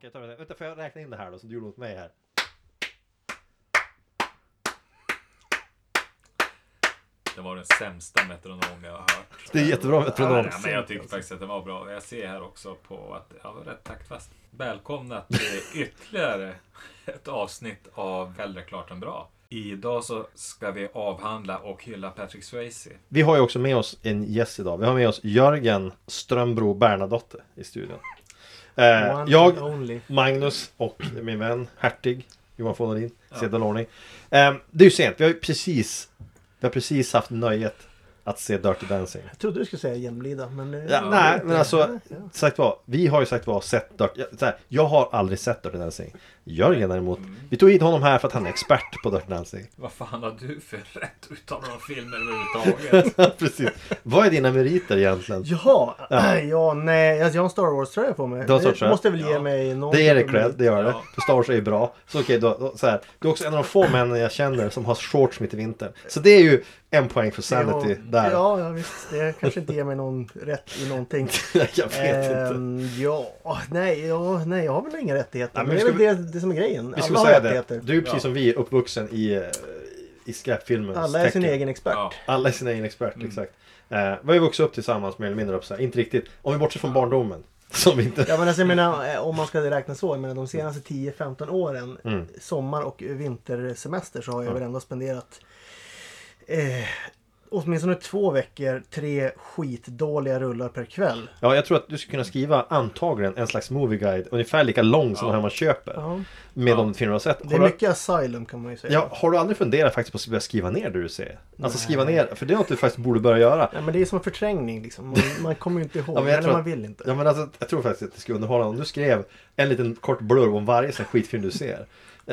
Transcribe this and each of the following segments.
jag ta det? Vänta, får jag räkna in det här då som du gjorde mot mig här? Det var den sämsta metronom jag har hört. Det är jättebra metronom. Ja, men jag tyckte faktiskt att den var bra. Jag ser här också på att jag var rätt taktfast. Välkomna till ytterligare ett avsnitt av Hellre klart än bra. Idag så ska vi avhandla och hylla Patrick Swayze. Vi har ju också med oss en gäst idag. Vi har med oss Jörgen Strömbro Bernadotte i studion. Eh, One and jag, only. Magnus och min vän Hertig, Johan von Ohlin, i sedvanlig ordning. Eh, det är ju sent, vi har ju precis, vi har precis haft nöjet att se Dirty Dancing. Jag trodde du skulle säga Jämlida men... eh, Ja, nej, men alltså, Ja. sagt vad, vi har ju sagt vad, sett Dirty, ja, så här, jag har aldrig sett Dirty Dancing. Jörgen däremot, Mm. vi tog hit honom här för att han är expert på Dirty Dancing. Vad fan har du för rätt utav någon film överhuvudtaget? Precis. Vad är dina meriter egentligen? Jaha, ja. nej, alltså jag har en Star Wars-tröja på mig. Du har en Star Det Wars-tröja? måste väl Ja. ge mig någon... Det är det cred, det gör det. Ja. För Star Wars är ju bra. Så okej, då, då, så här. Du är också en av de få männen jag känner som har shorts mitt i vintern. Så det är ju en poäng för sanity Jo, där. Ja, ja, visst. Det kanske inte ger mig någon rätt i någonting. jag vet inte. Ehm, ja, nej, ja, nej, jag har väl inga rättigheter. Nej, men men det ska är väl vi- det, det som är grejen. Vi Alla skulle har säga rättigheter. det. Du är precis Ja. som vi, uppvuxen i, eh, i skräpfilmens Alla är sin tecken. egen expert. Ja, Alla är sin egen expert, Mm. exakt. Eh, vi har ju vuxit upp tillsammans mer eller mindre, upp, så här. inte riktigt. Om vi bortser från barndomen. Som vi inte... Ja men alltså, jag menar eh, om man ska räkna så. Jag menar de senaste 10-15 åren. Mm. Sommar och vintersemester så har jag väl ändå spenderat. Eh, åtminstone två veckor. Tre skitdåliga rullar per kväll. Ja, jag tror att du skulle kunna skriva antagligen en slags movie guide ungefär lika lång som Ja. den här man köper. Ja. Med de filmer du har sett. Det är Har du- mycket asylum kan man ju säga. Ja, har du aldrig funderat faktiskt på att börja skriva ner det du ser? Alltså skriva ner, för det är något du faktiskt borde börja göra. Ja, men det är som en förträngning liksom. Man, man kommer ju inte ihåg. Ja, men jag eller tror man att- vill inte. Ja, men alltså, jag tror faktiskt att det skulle underhålla om du skrev en liten kort blurb om varje sån här skitfilm du ser.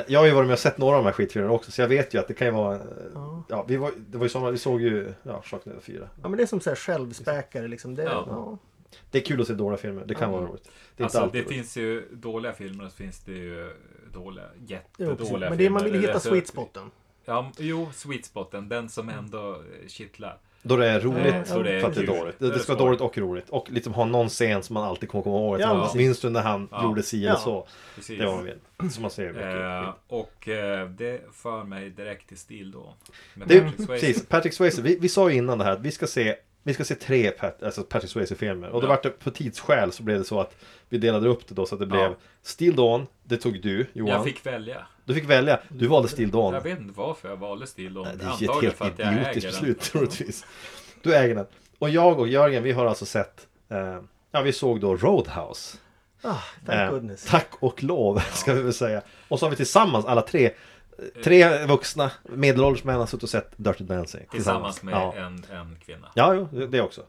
Jag har ju varit med och sett några av de här skitfilmerna också, så jag vet ju att det kan ju vara... eh, Ja. Ja, vi var, det var ju såna, vi såg ju ja, Sharknado 4. Ja men det är som så här självspäkare liksom. Det, Ja. ja. Det är kul att se dåliga filmer, det kan vara roligt. Det är alltså inte det alltid roligt. finns ju dåliga filmer och så finns det ju dåliga, Jo, jättedåliga precis. filmer. men det är, man vill ju hitta Alltså, sweet spoten. Ja, jo, sweet spoten. Den som ändå eh, kittlar. Då det är Ja, roligt så det är för att det är kul. dåligt. Det, Det är det ska vara svårt. dåligt och roligt. Och liksom ha någon scen som man alltid kommer komma ihåg. Ja, Ja, precis. Minns du när han Ja. gjorde si eller Ja. så? Precis. Det var vad man vill. Som man ser mycket. Eh, och eh, det för mig direkt till stil då. Med Det, Patrick Swayze. precis, Patrick Swayze, vi, vi sa ju innan det här att vi ska se vi ska se tre Pat, alltså Patrick Swayze-filmer och då Ja. vart det på tidsskäl så blev det så att vi delade upp det då så att det Ja. blev Still Dawn, det tog du Johan. Jag fick välja. Du fick välja, du valde Still Dawn. Jag vet inte varför jag valde stil då. Nej, Det är ju Antagligen ett för att helt jag äger idiotiskt den. beslut troligtvis. Du äger den. Och jag och Jörgen, vi har alltså sett, eh, ja vi såg då Roadhouse. Ah, thank goodness. Eh, tack och lov, ska vi väl säga. Och så har vi tillsammans alla tre, eh, tre vuxna medelålders män har suttit och sett Dirty Dancing. Tillsammans med Ja. en, en kvinna. Ja, jo, det- det också.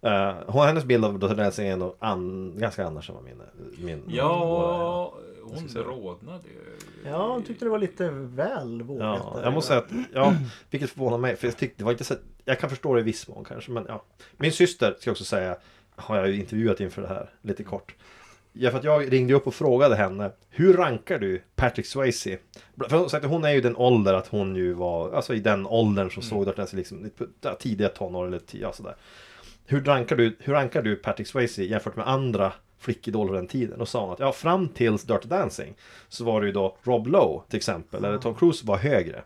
Eh, hon, hennes bild av Dr. Nelson är ändå an, ganska annars än vad min, min våra är. Ja, hon säga det. rodnade ju. Ja, jag tyckte det var lite väl vågat. Ja, där. jag måste säga att, ja, vilket förvånar mig. För jag tyckte, det var inte så, jag kan förstå det i viss mån kanske, men ja. Min syster, ska jag också säga, har jag ju intervjuat inför det här, lite kort. Ja, för att jag ringde upp och frågade henne, hur rankar du Patrick Swayze? Bla- För hon, sagt, hon är ju den ålder att hon ju var, alltså i den åldern som såg Dirty Dancing, liksom, ja, tidiga tonår eller tio, ja, sådär. Hur rankar, du, hur rankar du Patrick Swayze jämfört med andra flickidoler på den tiden? Och sa hon att ja, fram till Dirty Dancing så var det ju då Rob Lowe till exempel, eller Tom Cruise var högre.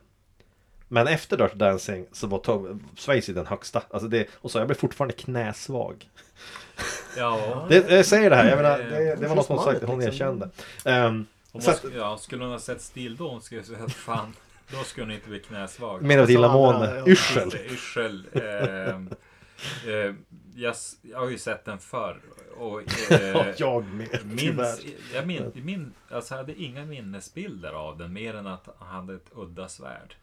Men efter Dirty Dancing så var Tom, Swayze den högsta. Alltså det, och så jag blev fortfarande knäsvag. Ja, Det, jag säger det här, jag menar, Mm. det, det var något hon sagt, hon Liksom. erkände. Ehm, hon så att, måste, ja, skulle hon ha sett stil då, hon skulle säga att fan, då skulle hon inte bli knäsvag. mer av ett Som Alltså, andra, illamående, ja. alltså, yrsel. Lite Yrsel. ehm, eh, jag, s- jag har ju sett den förr. Och, Ja, eh, jag med, tyvärr. Minns, jag min, min, alltså jag hade inga minnesbilder av den mer än att han hade ett udda svärd.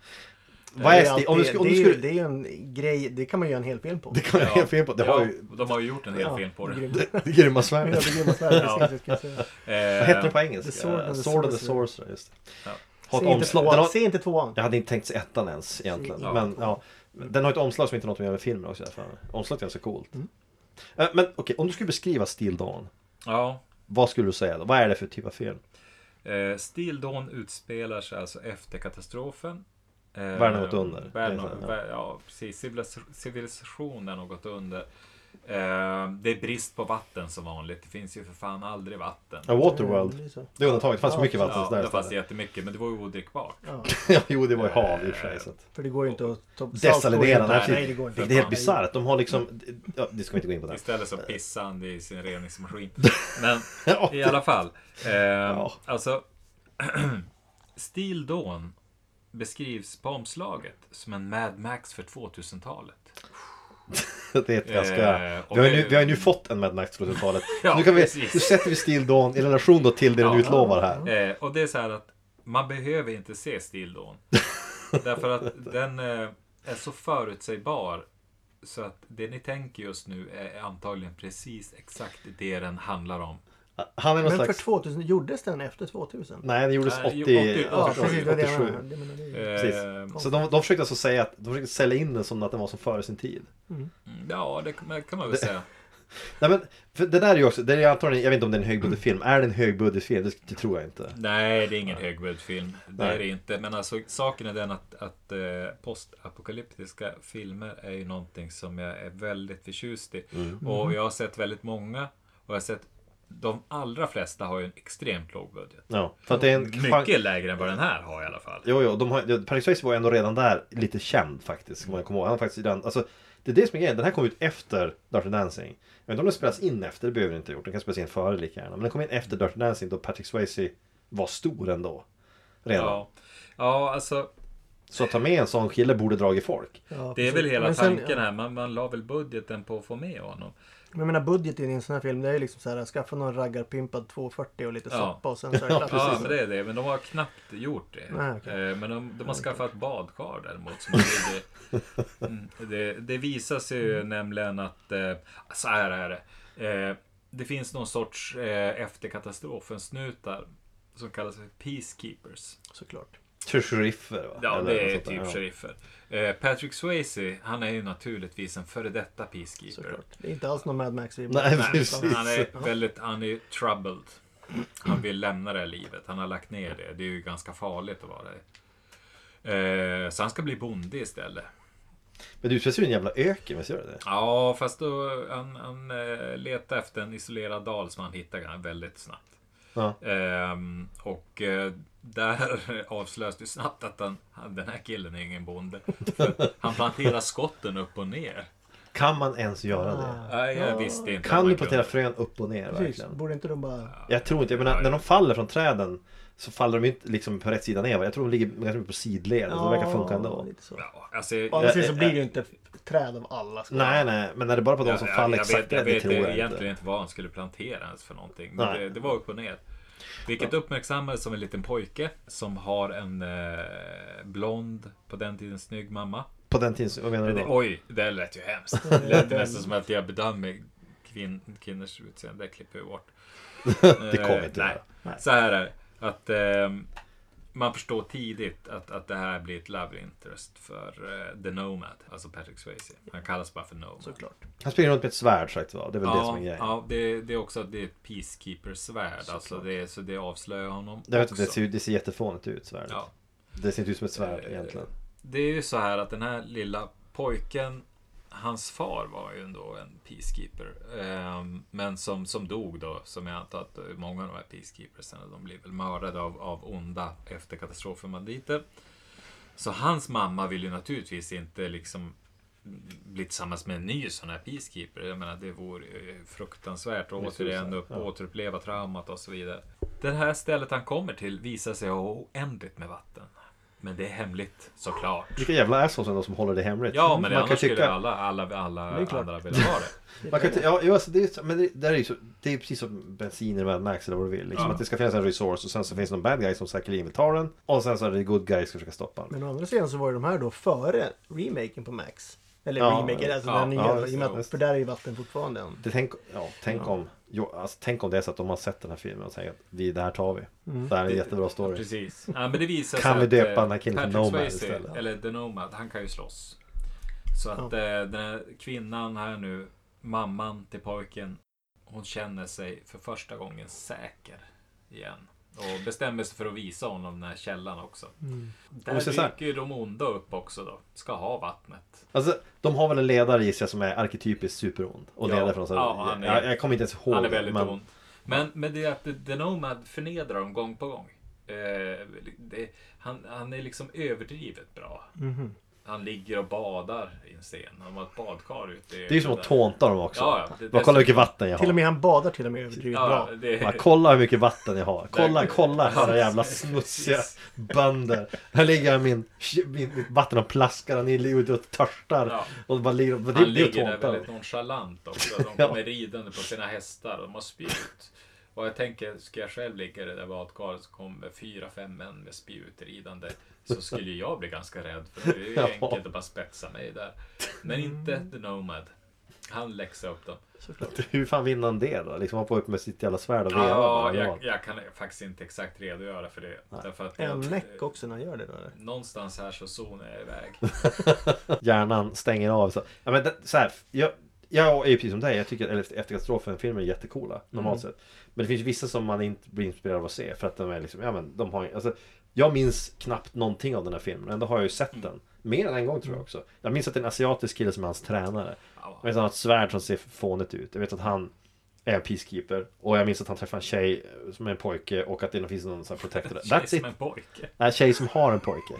Vad är Det är stil? Om du alltid- skulle... Om du det är skulle ju- Det är ju en grej, det kan man göra en hel film på. det kan jag helt fel på. Det var ju De har ju gjort en hel film på det. Eh, grym- det grymma grym- svärdet. grymma svärd, precis, jag skulle säga. Vad hette det på engelska? The Sword and the Sword and the Sorcerer. Sorcerer, just det. Har Ja. ett Se inte omslag. Den har, tvåan. Se inte tvåan. jag hade inte tänkt sig ettan ens egentligen. Ja. Men, ja, den har ett omslag som inte har något att göra med filmen också. i alla fall. Omslaget är ganska coolt. Mm. Eh, Men okej, om du skulle beskriva Steel Dawn. Ja. Vad skulle du säga då? Vad är det för typ av film? Eh, Still Dawn utspelar sig alltså efter katastrofen. Eh, Världen har gått under. Världen, Det är så, ja. ja, precis. Civilis- Civilisationen har gått under. Eh, det är brist på vatten som vanligt. Det finns ju för fan aldrig vatten. Ja, Waterworld. Det är så. Det är undantaget. Det fanns Ja, så mycket vatten Ja, så det där fanns stället. jättemycket, men det var ju odrickbart. Ja, ja, jo, det var ju hav i och Eh, för sig. Så att. för det går ju inte att... ta- Desalinera. Nej, Nej, nej, det går inte. Det är helt bisarrt. De har liksom... Ja, det ska vi inte gå in på där. Istället så pissade han i sin reningsmaskin. Men Ja, i alla fall. Eh, Ja. Alltså, Steel Dawn beskrivs på omslaget som en Mad Max för 2000-talet. det är ett ganska... Eh, och Vi har, ju det- nu, vi har ju nu fått en Mad Max 2000-talet. Ja, nu, kan vi, precis. nu sätter vi Steel Dawn i relation då till det den Ja. utlovar här. Eh, och det är så här att man behöver inte se Steel Dawn. Därför att den eh, är så förutsägbar. Så att det ni tänker just nu är antagligen precis exakt det den handlar om. Han är någon Men för slags... Mm. 2000, gjordes den efter 2000? Nej, den gjordes Nej, 80... ju- 80, Ja, 87, precis. Det var det jag 87. menade. Det menar vi. Precis. Eh, Så de, de försökte alltså säga att... De försökte sälja in den som att den var som före sin tid. Ja, det kan man- kan man väl säga. Nej men, för det där är ju också... Det är antagligen... Jag vet inte om det är en högbudgetfilm. Är det en högbudgetfilm? Det, det tror jag inte. Nej, det är ingen högbudfilm. Det Nej. är det inte. Men alltså, saken är den att, att eh, postapokalyptiska filmer är ju någonting som jag är väldigt förtjust i. Och jag har sett väldigt många. Och jag har sett de allra flesta har ju en extremt låg budget. Ja, för att det är en... Mycket lägre än vad den här har i alla fall. Jo, jo, de har, ja, Patrick Swayze var ju ändå redan där lite känd faktiskt. Om jag kommer ihåg. Han var faktiskt redan, alltså, det är det som är grejen. Den här kom ut efter Dirty Dancing. Jag vet inte om den spelas in efter, det behöver den inte ha gjort. Den kan spelas in före lika gärna. Men den kom in efter Dirty Dancing då Patrick Swayze var stor ändå. Redan. Ja, ja alltså Så att ta med en sån kille borde dra i folk. Ja, det är precis. väl hela Men sen- tanken här. Man, man la väl budgeten på att få med honom. Men jag menar budgeten i en sån här film det är ju liksom så här skaffa någon raggarpimpad 240 och lite Ja. soppa och sen så är det Ja, klart. Ja, men det är det. Men de har knappt gjort det. Nej, okej. Eh, Men de, de har skaffat badkar däremot. Som det, Mm, det, det visar sig ju nämligen att, eh, så här är det. Eh, det finns någon sorts eh, efter katastrofen-snutar som kallas för Peacekeepers. Såklart. Tror Typ Sheriffer va? Ja, Eller det är något sånt där, typ sheriffer. Eh, Patrick Swayze, han är ju naturligtvis en före detta Peacekeeper. Såklart. Det är inte alls någon Mad Max vi Nej, Nej, precis. utan Han är väldigt, han är troubled. Han vill lämna det här livet. Han har lagt ner det. Det är ju ganska farligt att vara det. Eh, så han ska bli bonde istället. Men du utsätts ju i en jävla öken, visst gör det det? Ja, fast då han, han eh, letar efter en isolerad dal som han hittar gan- väldigt snabbt. Ja. Ehm, och eh, där avslöjas det snabbt att han, han, den här killen är ingen bonde. För han planterar skotten upp och ner. Kan man ens Ah, göra det? Nej, jag visste inte. att Kan Ah. man du plantera kunde. frön upp och ner Precis. verkligen? Borde inte de bara... Jag tror inte, jag menar när de faller från träden så faller de ju inte liksom på rätt sida ner. va? Jag tror de ligger ganska mycket på sidled. så Det verkar funka ändå. lite så. Ja, alltså, Å andra sidan så jag- blir det ju inte träd av alla skor. Nej, nej, men är det bara på de som faller jag exakt vet, jag rätt? Det vet tror jag inte. egentligen inte. vad han skulle plantera ens för någonting. Men Nej. det, det var upp och ner. Vilket uppmärksammades som en liten pojke som har en eh, blond, på den tiden snygg mamma. På den tiden, vad menar du Det, då? oj, det lät ju hemskt. Det lät nästan som att jag bedömer kvin, kvinnors utseende. Det klipper vi bort. Det kommer vi inte Eh, göra. Nej. Så här är det. Att ehm, man förstår tidigt att, att det här blir ett love interest för eh, The Nomad. Alltså Patrick Swayze. Han kallas bara för Nomad. Såklart. Han springer runt med ett svärd sagt va? Det är väl det som är grejen. Ja, det, det är också att det är ett peacekeeper-svärd. Alltså det, så det avslöjar honom Jag vet, också. inte, det, ser, ju- det ser jättefånigt ut svärdet. Ja. Det ser inte ut som ett svärd Eh, egentligen. Det är ju så här att den här lilla pojken, hans far var ju ändå en peacekeeper. ehm, men som, som dog då, som jag antar att många av de här peacekeepersen, de blir väl mördade av, av onda efter katastrofen banditer. Så hans mamma vill ju naturligtvis inte liksom bli tillsammans med en ny sån här peacekeeper. Jag menar det vore ju fruktansvärt och Precis, återigen upp, ja. återuppleva traumat och så vidare. Det här stället han kommer till visar sig ha oändligt med vatten. Men det är hemligt såklart. Vilka jävla assholes ändå som håller det hemligt. Ja, men Mm, man annars kan skulle tycka... alla, alla, alla Det är klart. andra vilja ha det. Man kan, ty- ja, jo, alltså, det, är, så- men det, där är ju så, det är precis som bensin i Mad Max eller vad du vill. Liksom, Ja. Att det ska finnas en resource och sen så finns det någon bad guy som säkerligen vill ta den. Och sen så är det good guy som ska försöka stoppa den. Men å andra sidan så var ju de här då före remaken på Max. Eller Ja, remaken, alltså ja, den nya. ja, i och med att, just för där är ju vatten fortfarande än. Det tänk, ja, tänk, Om, jo, alltså, tänk om det är så att de har sett den här filmen och säger att vi, det här tar vi. Det här är en jättebra Mm. Ja, story. Precis. Ja, men det visar Kan sig vi att, döpa eh, den här killen till Patrick Nomad Swayze, istället? Eller The Nomad, han kan ju slåss. Så att eh, den här kvinnan här nu, mamman till pojken, hon känner sig för första gången säker igen. Och bestämmer sig för att visa honom den här källan också. Mm. Om vi Där säger så här. dyker ju de onda upp också då. Ska ha vattnet. Alltså, de har väl en ledare gissar jag som är arketypiskt superond. Och Ja. det är därför de säger, Ja, han är- jag, jag kommer inte ens ihåg. Han är väldigt men- ond. Men, men det är att The Nomad förnedrar dem gång på gång. Eh, det, han, han är liksom överdrivet bra. Mhm. Han ligger och badar i en sten. Han har ett badkar ute. i- Det är ju som att tånta dem också. Ja, ja, det- Bara det- kolla hur mycket vatten jag Till och har. med han badar till och med överdrivet Ja, bra. det, Bara, kolla hur mycket vatten jag har. Kolla, Där- kolla era Ja, jävla precis. smutsiga bönder. Här ligger jag i min, min, mitt vatten och plaskar och ni ligger ute och törstar. Ja. Och bara ligger, det, han det är ju ligger där tånta. väldigt nonchalant också. De Ja. kommer ridande på sina hästar. De har spjut. Och jag tänker, ska jag själv ligga i det där badkaret så kommer fyra, fem män med spjut ridande. Så skulle jag bli ganska rädd. För det är ju Ja. Mm. enkelt att bara spetsa mig där. Men inte The Nomad. Han läxar upp dem. Hur fan vinner han det då? Liksom hoppa upp med sitt jävla svärd och veva. bara, Ja, eller jag, vad? jag kan faktiskt inte exakt redogöra för det. Därför att Är han jag- näck också när han gör det då eller? Någonstans här så zonar jag iväg. Hjärnan stänger av. Så, ja, men det, så här, jag, jag är ju precis som dig. Jag tycker att efter katastrofen-filmer är jättecoola. Normalt Mm. sett. Men det finns ju vissa som man inte blir inspirerad av att se. För att de är liksom, ja men de har alltså, Jag minns knappt någonting av den här filmen. Ändå har jag ju sett Mm. den. Mer än en gång tror jag också. Jag minns att det är en asiatisk kille som är hans tränare. Ja. Jag vet att han har ett svärd som ser fånigt ut. Jag vet att han är en peacekeeper. Och jag minns att han träffar en tjej som är en pojke. Och att det finns någon sån här protector. Tjej That's it. som en pojke. Nej, tjej som har en pojke.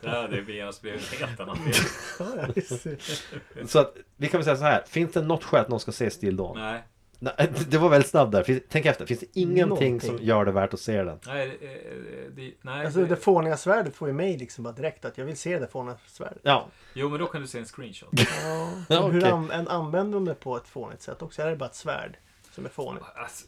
Det hade genast blivit en helt annan film. Ja, visst. Så att, vi kan väl säga så här. Finns det något skäl att någon ska se Still Dawn? Nej. Nej. det var väldigt snabbt där. Finns, tänk efter. Finns det ingenting Någonting. som gör det värt att se den? Nej, eh, eh, det, nej Alltså det fåniga svärdet får ju mig liksom bara direkt att jag vill se det där fåniga svärdet. Ja, jo, men då kan du se en screenshot. Ja. Ja, men Hur okej. an- en använder de det på ett fånigt sätt också? Är det bara ett svärd som är fånigt? Alltså,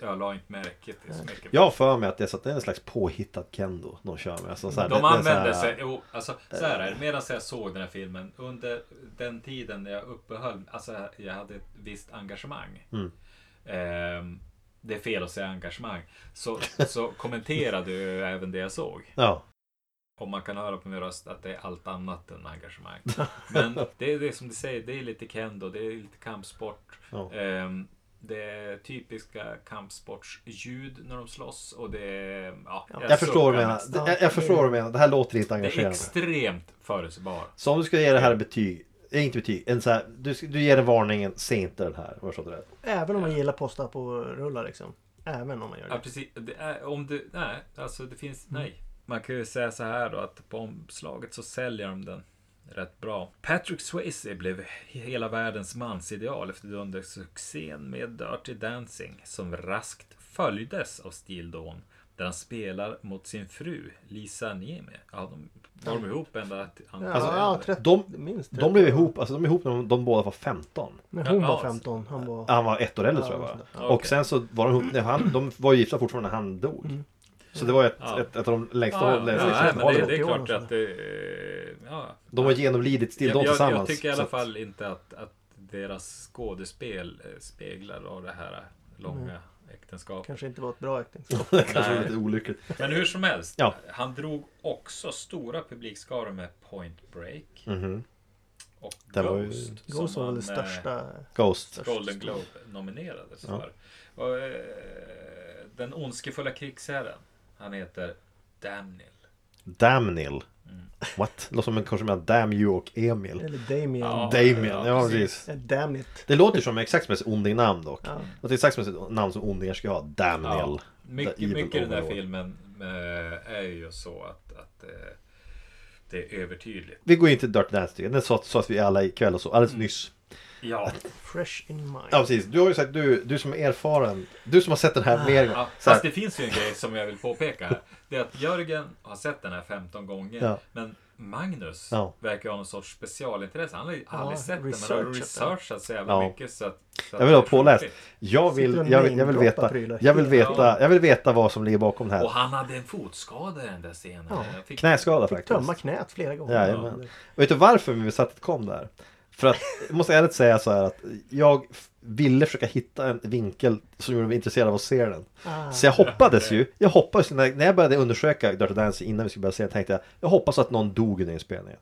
jag la inte märke till så mycket. jag har för mig att det är, så att det är en slags påhittad kendo de kör med. Alltså, så här, De det, det är så här- använde sig, jo, alltså så här är det. Medan jag såg den här filmen, under den tiden när jag uppehöll, alltså jag hade ett visst engagemang. Mm. Ehm, det är fel att säga engagemang. Så, så kommenterade jag även det jag såg. Ja, Om man kan höra på min röst att det är allt annat än engagemang. Men det är det som du säger, det är lite kendo, det är lite kampsport. Ja. Ehm, Det är typiska kampsportsljud när de slåss och det är... Ja, jag, förstår vad du menar. suckar. Jag, jag förstår vad du menar. Det här låter inte Det är engagerande. extremt förutsägbart. Så om du ska ge det här betyg. eh, Inte betyg. En så här, du, ska- du ger den varningen. Se inte den här. Om jag förstått det rätt. Även om man gillar posta på rullar liksom. Även om man gör Ja, det. precis. Det är, om du... Nej, alltså det finns... Nej. Man kan ju säga så här då att på omslaget så säljer de den rätt bra. Patrick Swayze blev hela världens mansideal efter dundersuccén med Dirty Dancing som raskt följdes av Steel Dawn där han spelar mot sin fru Lisa Niemi. Ja, de var de ihop ända till... Ja, Alltså, ja, 30, de- minst 30. De blev ihop, alltså, de blev ihop när de, de båda var 15. Men hon Ja, var alltså. 15, han var... Han var ett år äldre Ja, tror jag va? sådär. Ja, Och okej. sen så var de ihop, när han, de var ju gifta fortfarande när han dog. Mm. Så det var ju ett, Ja. ett, ett av de längsta Ja, ja, hållen. ja, nej, längsta men det, hållen. det är 80 år klart att det... Ja, De har genomlidit still Dawn jag, jag, tillsammans. jag tycker i så alla att- fall inte att, att deras skådespel eh, speglar av det här eh, långa Mm. äktenskapet. Kanske inte var ett bra äktenskap. det kanske var Nej. lite olyckligt. Men hur som helst, Ja. han drog också stora publikskaror med Point Break Mm-hmm. Mhm. och Den var ju- Ghost. som Ghost var väl det han, eh, största... Ghost. Golden Globe nominerades för. Och, eh, den ondskefulla krigsherren, han heter Damnil. Damnil. Mm. What? Låter som en kors mellan Damn You och Emil. Eller Damien. Ja. Damien, ja, ja, precis. precis. Eh, Damn it. Det låter som exakt som ett onding-namn dock. Ja. Det låter exakt som ett namn som ondingar ska ha. Damnil. The Mycket, Evil mycket i den där Overlord. filmen eh, är ju så att, att eh, det är övertydligt. Vi går in till Dirty Dance tycker jag. Den sa, sa att vi alla ikväll och så alldeles Mm. nyss. Ja, Fresh in mind. Ja precis. Du har ju sagt, du, du som är erfaren. Du som har sett den Ah, här mer än en gång. Ja, Så här. fast det finns ju en grej som jag vill påpeka här. Det är att Jörgen har sett den här 15 gånger. Ja. Men Magnus Ja. verkar ha någon sorts specialintresse. Han har ju Ja, aldrig sett den men har researchat den. researchat så jävla Ja. mycket. Så att, så att Jag vill ha det är påläst. roligt. Jag vill, Sitter och jag, vill, jag, vill namedroppar veta, prylar. jag, vill veta, Ja. jag vill veta vad som ligger bakom det Och här. han hade en fotskada i den där scenen. Ja. Jag fick- Knäskada Tömma faktiskt. knät flera gånger. Jajamän. Och vet du varför vi satte ett kom där? För att, jag måste ärligt säga så här att jag f- ville försöka hitta en vinkel som gjorde mig intresserad av att se den. Ah. Så jag hoppades ju, jag hoppades när, när jag började undersöka Dirty Dancing innan vi skulle börja se den tänkte jag, jag hoppas att någon dog under inspelningen.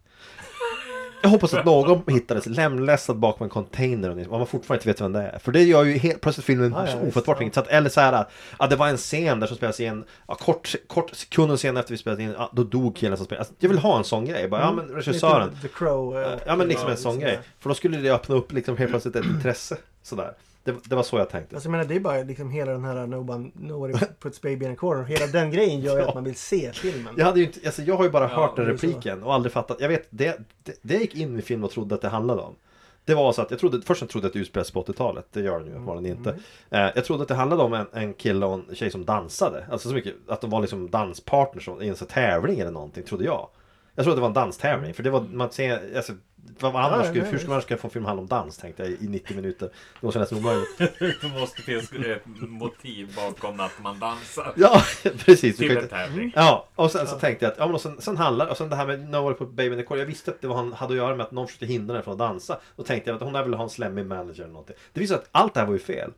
Jag hoppas att någon hittades lemlästad bakom en container och ni- och man fortfarande inte vet vem det är. För det gör ju helt plötsligt filmen Ja, ja, så visst, ofattbart ja. intressant. Eller så här, att det var en scen där som spelades in, ja, kort, kort sekunden sen efter vi spelade in, ja, då dog killen som spelade. Alltså, jag vill ha en sån grej, bara, ja men regissören. Mm. Lite The Crow. eh, Ja men liksom och- en sån grej. För då skulle det öppna upp liksom helt plötsligt ett intresse. Sådär. Det, det var så jag tänkte. Alltså jag menar det är bara liksom hela den här Nobody, nobody puts baby in a corner. Hela den grejen gör ju Ja. att man vill se filmen. Jag, hade ju inte, alltså, jag har ju bara Ja, hört den det är så. repliken och aldrig fattat. Jag vet, det, det, det gick in i filmen och trodde att det handlade om. Det var så att jag trodde, först jag trodde att det utspelades på 80-talet, det gör den ju uppenbarligen inte. Mm. Eh, jag trodde att det handlade om en, en kille och en tjej som dansade. Alltså så mycket, att de var liksom danspartners som- i en sån här tävling eller någonting, trodde jag. Jag trodde det var en danstävling, för det var, man ser, alltså, vad vad annars ja, skulle, nej, hur ska man annars kunna få en film handla om dans tänkte jag i 90 minuter. Det måste nästan omöjligt. Det måste finnas ett motiv bakom att man dansar. Ja, typ precis. Du Till kan en inte... tävling. Ja, och sen så tänkte jag att, ja men och sen, sen handlar och sen det här med No på Baby in the Corner. Jag visste att det var, han hade att göra med att någon försökte hindra henne från att dansa. Då tänkte jag att hon där ville ha en slemmig manager eller någonting. Det visar att allt det här var ju fel.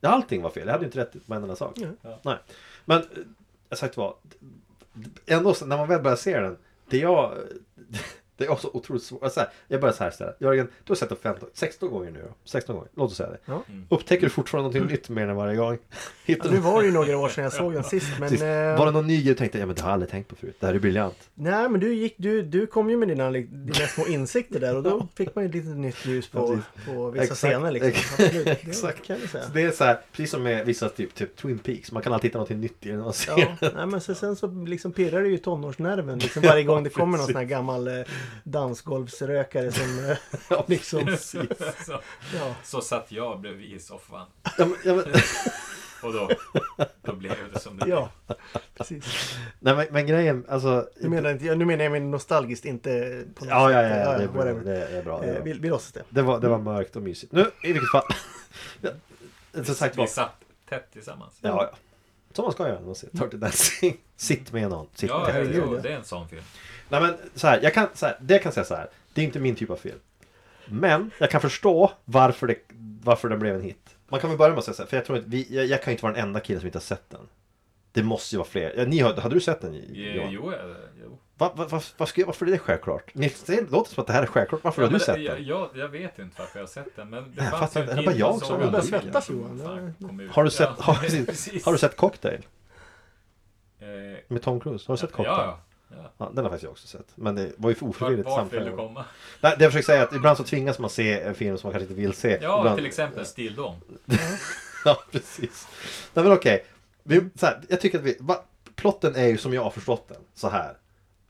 Ja, allting var fel. Jag hade ju inte rätt på en enda sak. Nej. Ja. Nej. Men, eh, jag sagt vad. Ändå, så- när man väl börjar se den. Det jag... Det är också otroligt svårt. Alltså, jag börjar så här istället. Jörgen, du har sett den 15, 16 gånger nu då. 16 gånger, låt oss säga det. Ja. Mm. Upptäcker du fortfarande någonting nytt med den varje gång? Hittar Alltså, du nu var det ju några år sedan jag såg den sist men... Precis. eh, Var det någon ny grej du tänkte, ja men det har jag aldrig tänkt på förut, det här är briljant. Nej men du, gick, du, du kom ju med dina, li- dina små insikter där och då fick man ju lite nytt ljus Ja, på, på vissa Exakt. scener liksom. Ex- Absolut. Det Exakt. kan jag säga. Så det är så här, precis som med vissa typ, typ Twin Peaks, man kan alltid hitta något nytt i den man ser. Ja, nej, men sen, sen så liksom pirrar det ju i tonårsnerven liksom varje gång det kommer någon sån här gammal eh, dansgolvsrökare som eh, Ja, liksom... Så, Ja. så satt jag bredvid i soffan. Ja, men, ja, men, Och då, då blev det som det Ja, precis. nej, men, men grejen, alltså... Nu menar, inte, jag- nu menar jag med nostalgiskt, inte på något Ja, ja, sätt. ja, ja, det är bra. whatever. Det är bra. Det, Eh, är bra. vi, vi låtsas det. det, var, det var mörkt och mysigt. Nu, i vilket fall. Ja, Som sagt blev. var. Vi satt tätt tillsammans. Ja, ja. Som man ska göra när man ser Dirty Dancing. Sitt med någon. Sitt ja, med ja, herregud, ja, ja. det är en sån film. Nej men så här, jag kan, så här, det kan jag säga så här. Det är inte min typ av film. Men jag kan förstå varför, det, varför den blev en hit. Man kan väl börja med att säga så här, för jag tror att vi, jag, jag kan inte vara den enda killen som inte har sett den. Det måste ju vara fler. Ja, ni, har- hade du sett den Jo, Johan? jo, eh, jo. Va, va, va, varför, varför är det självklart? Ni, det låter som att det här är självklart. Varför har men du sett jag, den? jag, jag vet inte varför jag har sett den. Men det Jag fanns fattar ju inte. en Det är bara kille jag som var undrar. underviken Svettas, som Johan. fan kom ut. Har du sett, Ja, har, precis, precis. har du sett Cocktail? Eh, Med Tom Cruise? Har du sett Cocktail? Ja, ja. Ja, den har faktiskt jag också sett. Men det var ju för Vart, ofrivilligt vart vill du samtidigt. komma? Nej, det jag försöker säga är att ibland så tvingas man se en film som man kanske inte vill se. Ja, ibland, till exempel Stilldom. Ja, precis. Nej men okej. Vi, så här, jag tycker att vi... Va, plotten är ju som jag har förstått den. Så här.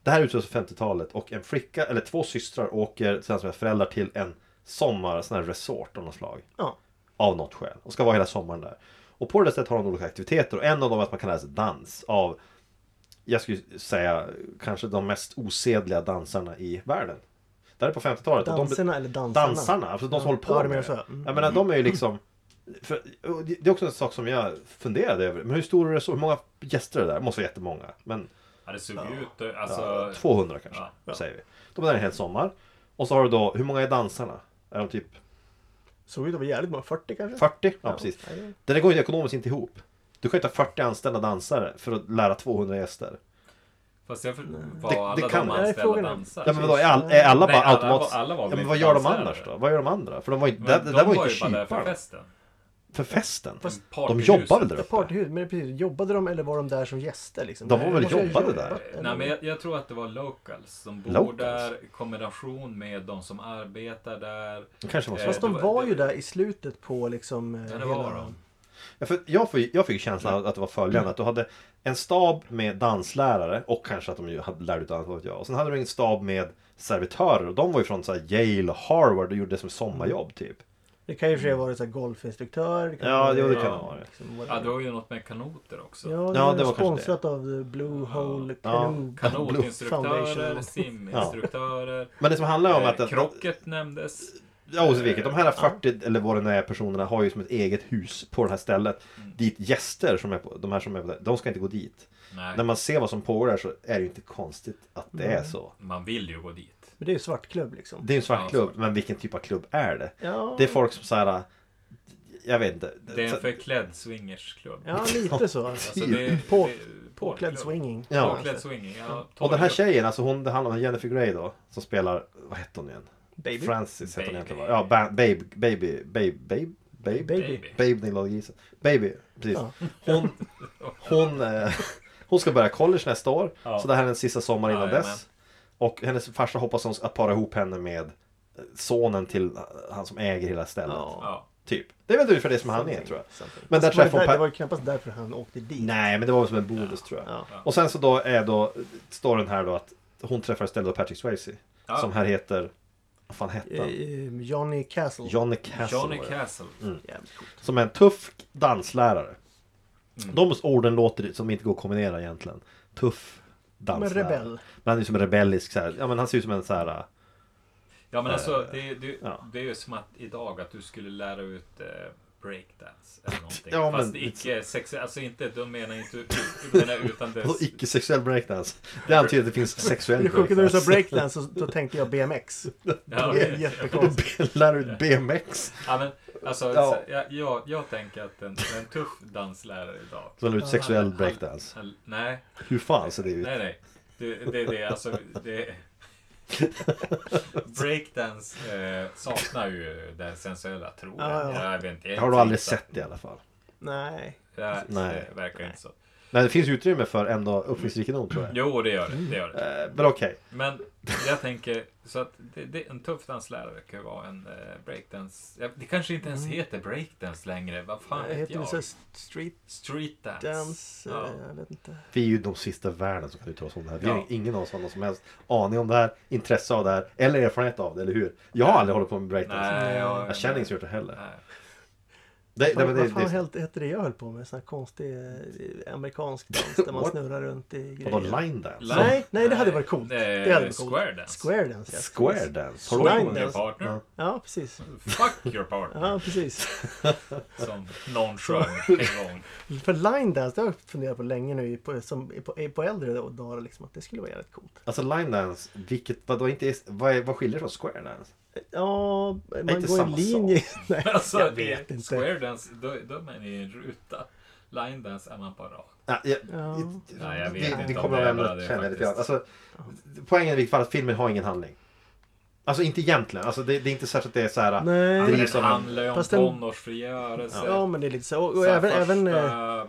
Det här utspelas på 50-talet och en flicka, eller två systrar åker tillsammans med föräldrar till en sommar, sån här resort av något slag. Ja. Av något skäl. Och ska vara hela sommaren där. Och på det där stället har de olika aktiviteter och en av dem är att man kan lära sig dans av jag skulle säga kanske de mest osedliga dansarna i världen. Där är på 50-talet. och de- Danserna eller dansarna? dansarna, alltså de Ja. som håller på Ja, det med menar det. jag så. Mm. Jag menar, de är ju liksom... För, och det det är också en sak som jag funderade över. Men hur stor är det så? Hur många gäster är det där? Det måste vara jättemånga. Men Ja, det såg ut, alltså... ja, 200 kanske, ja, säger vi. De är där en hel sommar. Och så har du då, hur många är dansarna? Är de typ Såg ut att vara jävligt många, 40 kanske? 40? Ja, Ja. precis. Ja, det- Det där går ju ekonomiskt inte ihop. Du kan ju inte ha 40 anställda dansare för att lära 200 gäster. Fast jag för, Det- det var alla kan- de Nej, anställda frågan är- dansar. Ja, men vadå, är, all, är alla Nej, bara alla automatiskt... var- alla var ja, väl men vad gör de dansare? annars då? Vad gör de andra? För de var ju, Men det, det där var ju inte ju bara där för kyparen. festen. För festen? Fast- De jobbar väl där Ett uppe? partyhus, men precis. Jobbade de eller var de där som gäster? Liksom? De var Nej, väl måste ha jobbade jobbat, där? eller? Nej, men jag, jag tror att det var locals som bor Locals? där i kombination med de som arbetar där. Det kanske var så. Eh, Fast de det var- var ju det- där i slutet på liksom... eh, Ja, det var hela- de. Ja, för jag, fick, jag fick känslan att det var följande. Att du hade en stab med danslärare och kanske att de ju hade lärt ut annat, vad vet jag. Och sen hade du en stab med servitörer och de var ju från så här Yale och Harvard och gjorde det som sommarjobb typ. Det kan ju i och för sig vara så här golfinstruktör. Det kan Ja, vara- jo, det kan det vara. liksom vad det Ja, är. det var ju något med kanoter också. Ja, det, Ja, ja, det var kanske sponsrat av The Blue Hole Ja. Canoe. Foundation Kanotinstruktörer, och- siminstruktörer, Men det som handlar om eh, att... den- krocket nämndes. Ja, och så vilket. De här 40, eller vad det nu är, personerna har ju som ett eget hus på det här stället. Dit gäster som är på, de här som är på det, de ska inte gå dit. Nej, När man ser vad som pågår där så är det ju inte konstigt att det är så. man vill ju gå dit. Men det är ju svartklubb liksom. Det är ju en svart Ja, klubb, men vilken typ av klubb är det? Ja, Det är folk som så här. Jag vet inte. Det är en förklädd swingersklubb. ja lite så. Alltså det, Typ. det, På- Påklädd swinging. Ja. Påklädd swinging. Ja, Och den här tjejen, alltså hon, det handlar om Jennifer Grey då. Som spelar, vad hette hon igen? Baby. Francis hette hon Baby. egentligen va? Ja, ba- Babe, Baby, Babe, Babe, Babe? Baby. Babe Nilla och Gisa. Baby, precis. Ja. Hon, hon, eh, hon ska börja college nästa år. Ja. Så det här är den sista sommaren innan Jajamän. dess. Och hennes farsa hoppas hon ska para ihop henne med eh, sonen till han som äger hela stället. Ja. Typ. Det är väl ungefär det som han är tror jag. Something. Men där Alltså, var det, träffar hon... där, det Per- var ju knappast därför han åkte dit. Nej, men det var som en bonus tror jag. Ja. Och sen så då är då storyn här då att hon träffar istället då Patrick Swayze. Ja. Som här heter... Vad fan hette han? Eh, Johnny Castle. Johnny Castle. Mm. Johnny var det. Castle. Jävligt coolt. Som är en tuff danslärare. Mm. De orden låter som inte går att kombinera egentligen. Tuff danslärare. rebell. Men han är ju som en rebellisk så här. Ja men han ser ut som en så här. äh, Ja men alltså det, det, Eh, ja. det är ju som att idag att du skulle lära ut eh, breakdance eller någonting. Ja, Fast men- icke sexuellt, alltså inte, de menar inte, du menar utan vadå dess... icke-sexuell breakdance. Det antyder att det finns sexuell Det sjuka när du sa breakdance. breakdance så då tänkte jag BMX. Ja, Det är okej. jättekonstigt. Lär ut BMX. ja, men, alltså, Ja. så- jag, jag, jag tänker att en, en tuff danslärare idag. Så lär ut sexuell Han- breakdance. han- Nej, Hur fan ser det ut? nej, nej. Det, det, det, alltså, det... Breakdance eh, saknar ju det sensuella, tror jag. Ja, ja. Jag vet inte. Jag har du aldrig sett det i alla fall. Nej. Nej, Nej. det verkar inte så. Men det finns utrymme för ändå uppfinningsrikedom tror jag. Jo, det gör det. det, gör det. Eh, Men okej. Men jag tänker så att det, det, en tuff danslärare kan ju vara en eh, breakdance. Ja, Det kanske inte ens heter breakdance längre. Vad fan Jag vet heter det så jag? här street Street dance. dance? Ja. eh, Jag vet inte. Vi är ju de sista i världen som kan uttala oss om det här. Vi har Ja. ingen av oss har någon som helst aning om det här, intresse av det här eller erfarenhet av det, eller hur? Jag har aldrig hållit på med breakdance. Nej, jag, Jag känner ingen som gjort det heller. Nej. Det, nej, men det, Vad fan det, helt- hette det jag höll på med? Sån här konstig eh, amerikansk dans där man What? snurrar runt i vadå grejer. line dance? Line- Nej, nej det hade varit coolt. Nej, Det hade varit coolt. square dance. Square dance, ja. Square dance? Har du Line varit med om det? Your dance. partner. Ja. Ja, precis. Fuck your partner. Ja, precis. Som någon sjöng en gång. För line dance, det har jag funderat på länge nu på, som, på, på äldre dagar liksom, att det skulle vara jävligt coolt. Alltså line dance, vilket, vadå, inte är, vad, är, vad skiljer från square dance? Ja, man inte går samma i linje. Nej, Alltså, det- jag vet inte. Square dance, då, då är man i en ruta. Line dance är man på rad. Ja, jag, Ja. Nej, jag vet vi, inte vi om kommer det att är bara lämna det känna lite grann. faktiskt. Alltså, poängen är i vilket fall att filmen har ingen handling. Alltså inte egentligen. Alltså, det, det är inte särskilt att det är så här. Nej. Men drivs det av liksom en- handlar ju om Fast den- tonårsfrigörelse. Ja, men det är lite så. Och, Så och, här även, första även, eh,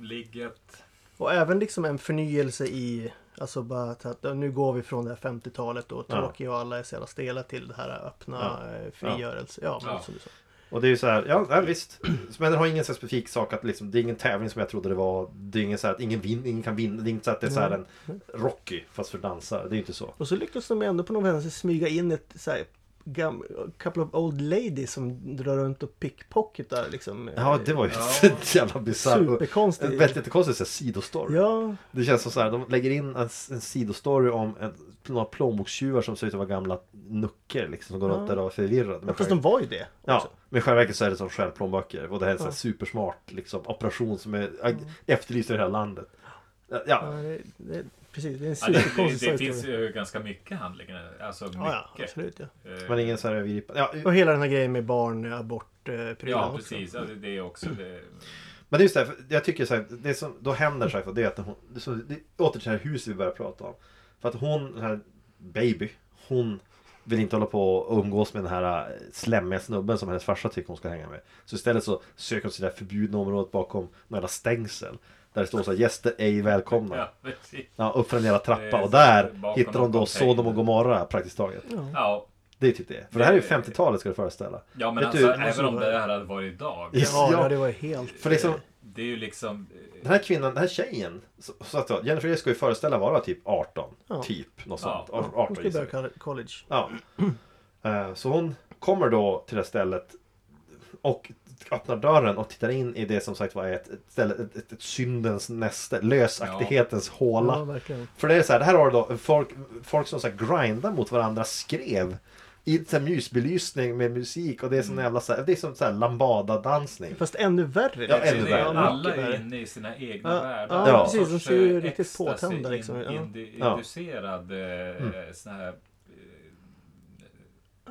ligget. och även liksom en förnyelse i, alltså bara att, att nu går vi från det här 50-talet och tråkiga och alla är så jävla stela till det här öppna ja. frigörelse. Ja, men liksom Ja. Som du sa. Och det är ju så här, ja, ja visst. Men den har ingen så här specifik sak att liksom, det är ingen tävling som jag trodde det var. Det är ingen så här att ingen, vin, ingen kan vinna. Det är inte så att det är så här en Rocky fast för dansare. Det är ju inte så. Och så lyckas de ändå på något händelse smyga in ett så här, gam, couple of old ladies som drar runt och pickpocketar liksom. Ja, det var ju Ja. jävla bisarrt. och Superkonstigt. En väldigt jättekonstig så här sidostory. Ja, Det känns som så här, de lägger in en, en sidostory om en, några plånbokstjuvar som ser ut att vara gamla nucker liksom. Som går runt där och är förvirrade. Men fast de var ju det. Ja, också. men i själva verket så är det som självplånböcker. Och det här är en sån här supersmart liksom, operation som är Mm. ag- efterlyst i det här landet. Ja, Ja, det, det, precis, det är en Ja, Alltså, det, det, superkonstig det story. finns ju ganska mycket handlingar. Alltså mycket. Ja, ja, absolut ja. Eh, men ingen så här övergripande. Ja, Och hela den här grejen med barn, abort, eh, prylarna ja också. precis. Ja, det, det är också det. Mm. Men det är just det, här, för jag tycker så här, det som då händer så här, för det är att hon, det, är så, det är åter till det här huset vi börjar prata om. För att hon, den här baby, hon vill inte hålla på och umgås med den här eh, slemmiga snubben som hennes farsa tycker hon ska hänga med. Så istället så söker hon sig till det här förbjudna området bakom några stängsel. Där det står så här, gäster ej välkomna. Ja, precis. Ja, upp för en jävla Det trappa är och där bakom hittar de då någon Sodom och container. Gomorra praktiskt taget. Ja, Det är typ det. För det här är ju Det- 50-talet ska du föreställa. ja men Vet alltså du, även om måste- det här hade varit idag. Ja. Ja, ja, det var ju helt... För liksom, Eh, Det är ju liksom. eh, den här kvinnan, den här tjejen. Så, så att, jag- Jennifer Grey ska ju föreställa vara typ 18. Ja. Typ något Ja. sånt. Ar- Hon 18 skulle gissar börja jag. coll- college. Ja. Eh, Så hon kommer då till det här stället. Och öppnar dörren och tittar in i det som sagt var är ett, ett, ställe, ett, ett, ett syndens näste. Lösaktighetens håla. Ja, verkligen. För det är så här, det här har du då folk, folk som så här grindar mot varandra skrev i så här ljusbelysning med musik och det är Mm. som en jävla så här, det är som så här lambada-dansning. Fast ännu värre. Ja, liksom. ännu det värre. är- Alla mycket är värre. inne i sina egna Ja, världar. ja, Ja. precis. De ser ju riktigt påtända, liksom. Ja. Mm. eh, Inducerad eh, sån här eh,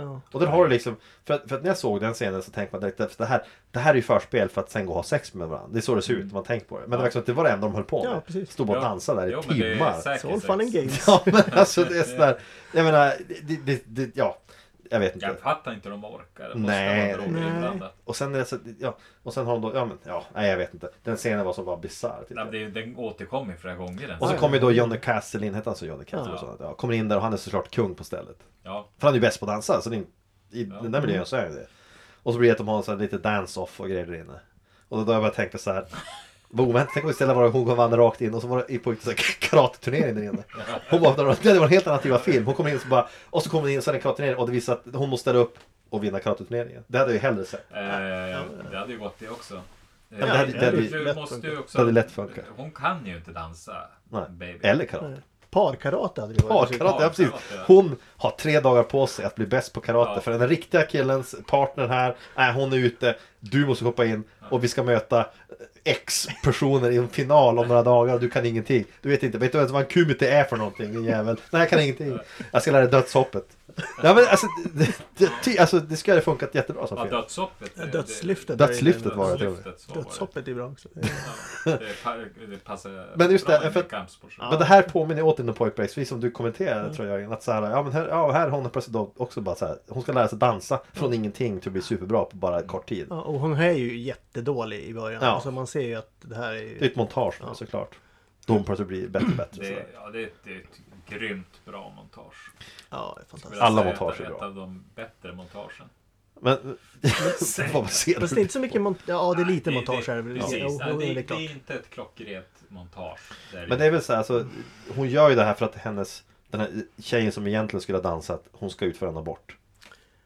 Ja. Och den har du liksom, för att, för att när jag såg den scenen så tänkte man direkt att det här, det här är ju förspel för att sen gå och ha sex med varandra. Det är så det ser ut när man tänker på det. Men det, var liksom, det var det enda de höll på med. Ja, precis. Stod bara och Mm. Ja. dansade där i Jo, men det är timmar. säkert It's all fun and sex. games. Ja men alltså det är sådär, jag menar, det, det, det, ja, jag vet inte. Jag fattar inte hur de orkar. Det måste Nej. vara droger Nej. inblandat. Och sen, är det så, ja, och sen har de då, ja men ja, nej jag vet inte. Den scenen var så bara bisarr. tyckte Nej, men jag. det är- Den återkommer ju flera gånger. Den. Och så Ja, kommer ja. ju då Johnny Castle in, hette han så Johnny Castle? Ja. Och sånt, ja, kommer in där och han är såklart kung på stället. Ja, För han är ju bäst på att dansa, så det är, i den där miljön så är han ju det. Och så blir det att de har så här lite dance-off och grejer där inne. Och då har jag börjat tänka så här. Vad oväntat, tänk om istället var det hon kom vandra rakt in och så var det på en sån här karateturnering där inne. Hon bara, det var en helt annan typ av film. Hon kommer in och så bara, och så kommer det in och så är det en karateturnering och det visar att hon måste ställa upp och vinna karateturneringen. Det hade jag ju hellre sett. eh, det hade ju gått det också. det Eh, hade- det hade ju du lätt måste funkat. ju också, Det hade lätt funkat. Hon kan ju inte dansa. Nej. Baby. Eller karate. Parkarate hade det varit. Parkarate, ja precis. Parkarate, ja. Hon har tre dagar på sig att bli bäst på karate. Ja. För den riktiga killens partner här, nej hon är ute, du måste hoppa in och vi ska möta eh, X personer i en final om några dagar och du kan ingenting. Du vet inte, vet du ens vad en kumite är för någonting din jävel? Nej jag kan ingenting. Jag ska lära dig dödshoppet. Ja men alltså, det, det, ty, alltså det skulle ha funkat jättebra som Ja, film. dödshoppet. det- det- Dödslyftet. Dödslyftet var det till och med. Dödslyftet, så var det. Dödshoppet är bra också. Ja, det pa- Det passar Men just bra det, in för- i kampsport. Men det här påminner åter om Point Break, precis som du kommenterade Mm. tror jag. Att så här, ja men här, ja, här har hon plötsligt då också bara så här, hon ska lära sig dansa från Mm. ingenting till att bli superbra på bara kort tid. Ja, och hon är ju jättedålig i början. Ja. Alltså man ser ju att det här är Det är ju... ett montage ja. såklart. De plötsligt blir bättre och bättre. Det, sådär. ja, det, är ett, det är ett grymt bra montage. Ja, det är Jag fantastiskt. vill Alla säga montage ett, är bra. Ett av de bättre montagen. Men... vad ser Fast det är du? inte så mycket montage. Ja, det är lite montage här. det, väl. det, precis. Jo, Nej, jo, det, det är det är klart. inte ett klockrent montage. Där Men det är väl så här, alltså, hon gör ju det här för att hennes... Den här tjejen som egentligen skulle ha dansat, hon ska utföra en abort.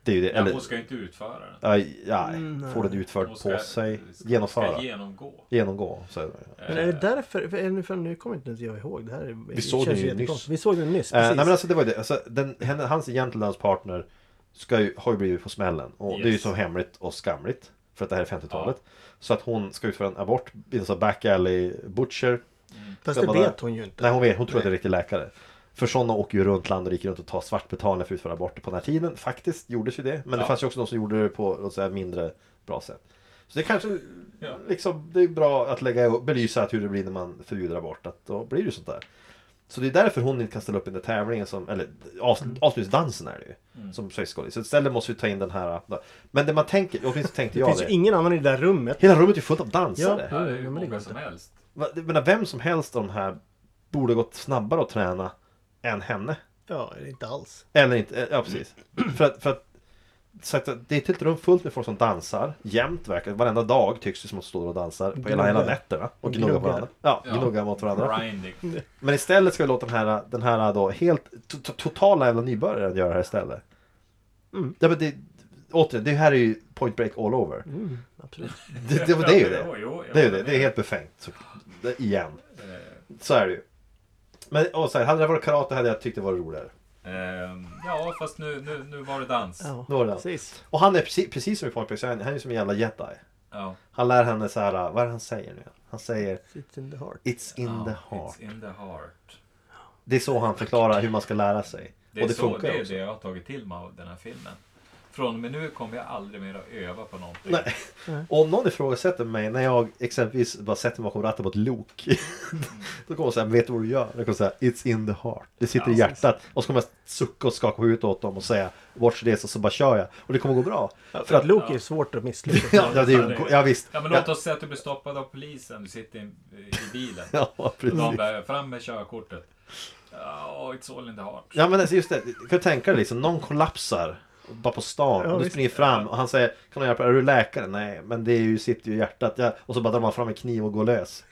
Det är ju det, ja, eller... hon ska ju inte utföra den. Aj, aj, Mm, nej. får den Hon utförd ska- på sig, ska- genomföra, Ska genomgå. genomgå. Så är det. Eh, Men är det därför? för- är det för- Nu kommer inte ens jag ihåg. Det här är, det såg känns den ju jättekonstigt. nyss. Vi såg den nyss, Eh, nej precis. men alltså det var ju det. Alltså, den, henne, hans gentlemanpartner ska ju, har ju blivit på smällen. Och det är ju Yes. så hemligt och skamligt. För att det här är 50-talet. Så att hon ska utföra en abort. Alltså back alley butcher. Fast ska det bara- vet hon ju inte. Nej hon vet, hon tror att det är riktig läkare. För sådana åker ju runt land och rike runt och tar svartbetalning för att utföra aborter på den här tiden. Faktiskt gjordes ju det. Men det Ja. fanns ju också de som gjorde det på låt säga, mindre bra sätt. Så det kanske Ja. liksom, det är bra att lägga och belysa att hur det blir när man förbjuder abort. Att då blir det ju sånt där. Så det är därför hon inte kan ställa upp i den där tävlingen som, eller avs- Mm. avslutningsdansen är det ju. Som tjejskådis. Så istället måste vi ta in den här. Då. Men det man tänker, åtminstone tänkte Det jag finns det. ju ingen annan i det där rummet. Hela rummet är ju fullt av Ja. dansare. Ja, det är Ja, ju men det går många inte. som helst. Va- Jag menar, vem som helst av de här borde gått snabbare att träna än henne. Ja, det är inte alls. Eller inte, eh, ja precis. För att, för att, så att det är ett helt rum fullt med folk som dansar. Jämt verkar Varenda dag tycks det som att de står och dansar. På hela, hela Gnuggar. nätterna. Och Och gnuggar på gnuggar. varandra. Ja, Ja. gnuggar mot varandra. Grinding. Men istället ska vi låta den här, den här då helt to- to- totala jävla nybörjaren göra det här istället. Mm. Ja, men det, återigen, det här är ju point break all over. Mm, absolut. Det, det, det är ju det. Jo, jo, jag Det är ju håller det. Det är med. helt befängt. Så, det, igen. Eh, Så är det ju. Men och så här, hade det varit karate hade jag tyckt det var roligare. ehm, Ja, fast nu, nu, nu var det dans. Ja, Då är det allt. precis. Och han är precis, precis som i Point Break, så han han är ju som en jävla jedi. Ja. Han lär henne så här, vad är det han säger nu? Han säger It's in the heart. It's in Ja, the heart. It's in the heart. Det är så han förklarar hur man ska lära sig. Det är, och det så, funkar det, är också. det jag har tagit till mig av den här filmen. Från och med nu kommer jag aldrig mer att öva på någonting. Nej. Och om någon ifrågasätter mig när jag exempelvis bara sätter mig bakom ratten på ett lok. då kommer jag säga, vet du vad du gör? Då kommer jag säga, It's in the heart. Det sitter i Ja, hjärtat. Och så kommer jag sucka och skaka på huvudet åt dem och säga, Watch this och så bara kör jag. Och det kommer gå bra. För att Loki är svårt att misslyckas Ja, med. det är, ju- ja visst. Ja, men låt oss säga att du blir stoppad av polisen. Du sitter i, i bilen. Ja, Och de precis. bär fram med körkortet. Ja, it's all in the heart. Ja men alltså just det, kan du tänka dig liksom, någon kollapsar bara på stan Ja, och du visst. springer fram och han säger Kan du hjälpa dig? Är du läkare? Nej, men det är ju, sitter ju i hjärtat. Ja. Och så bara drar man fram en kniv och går lös.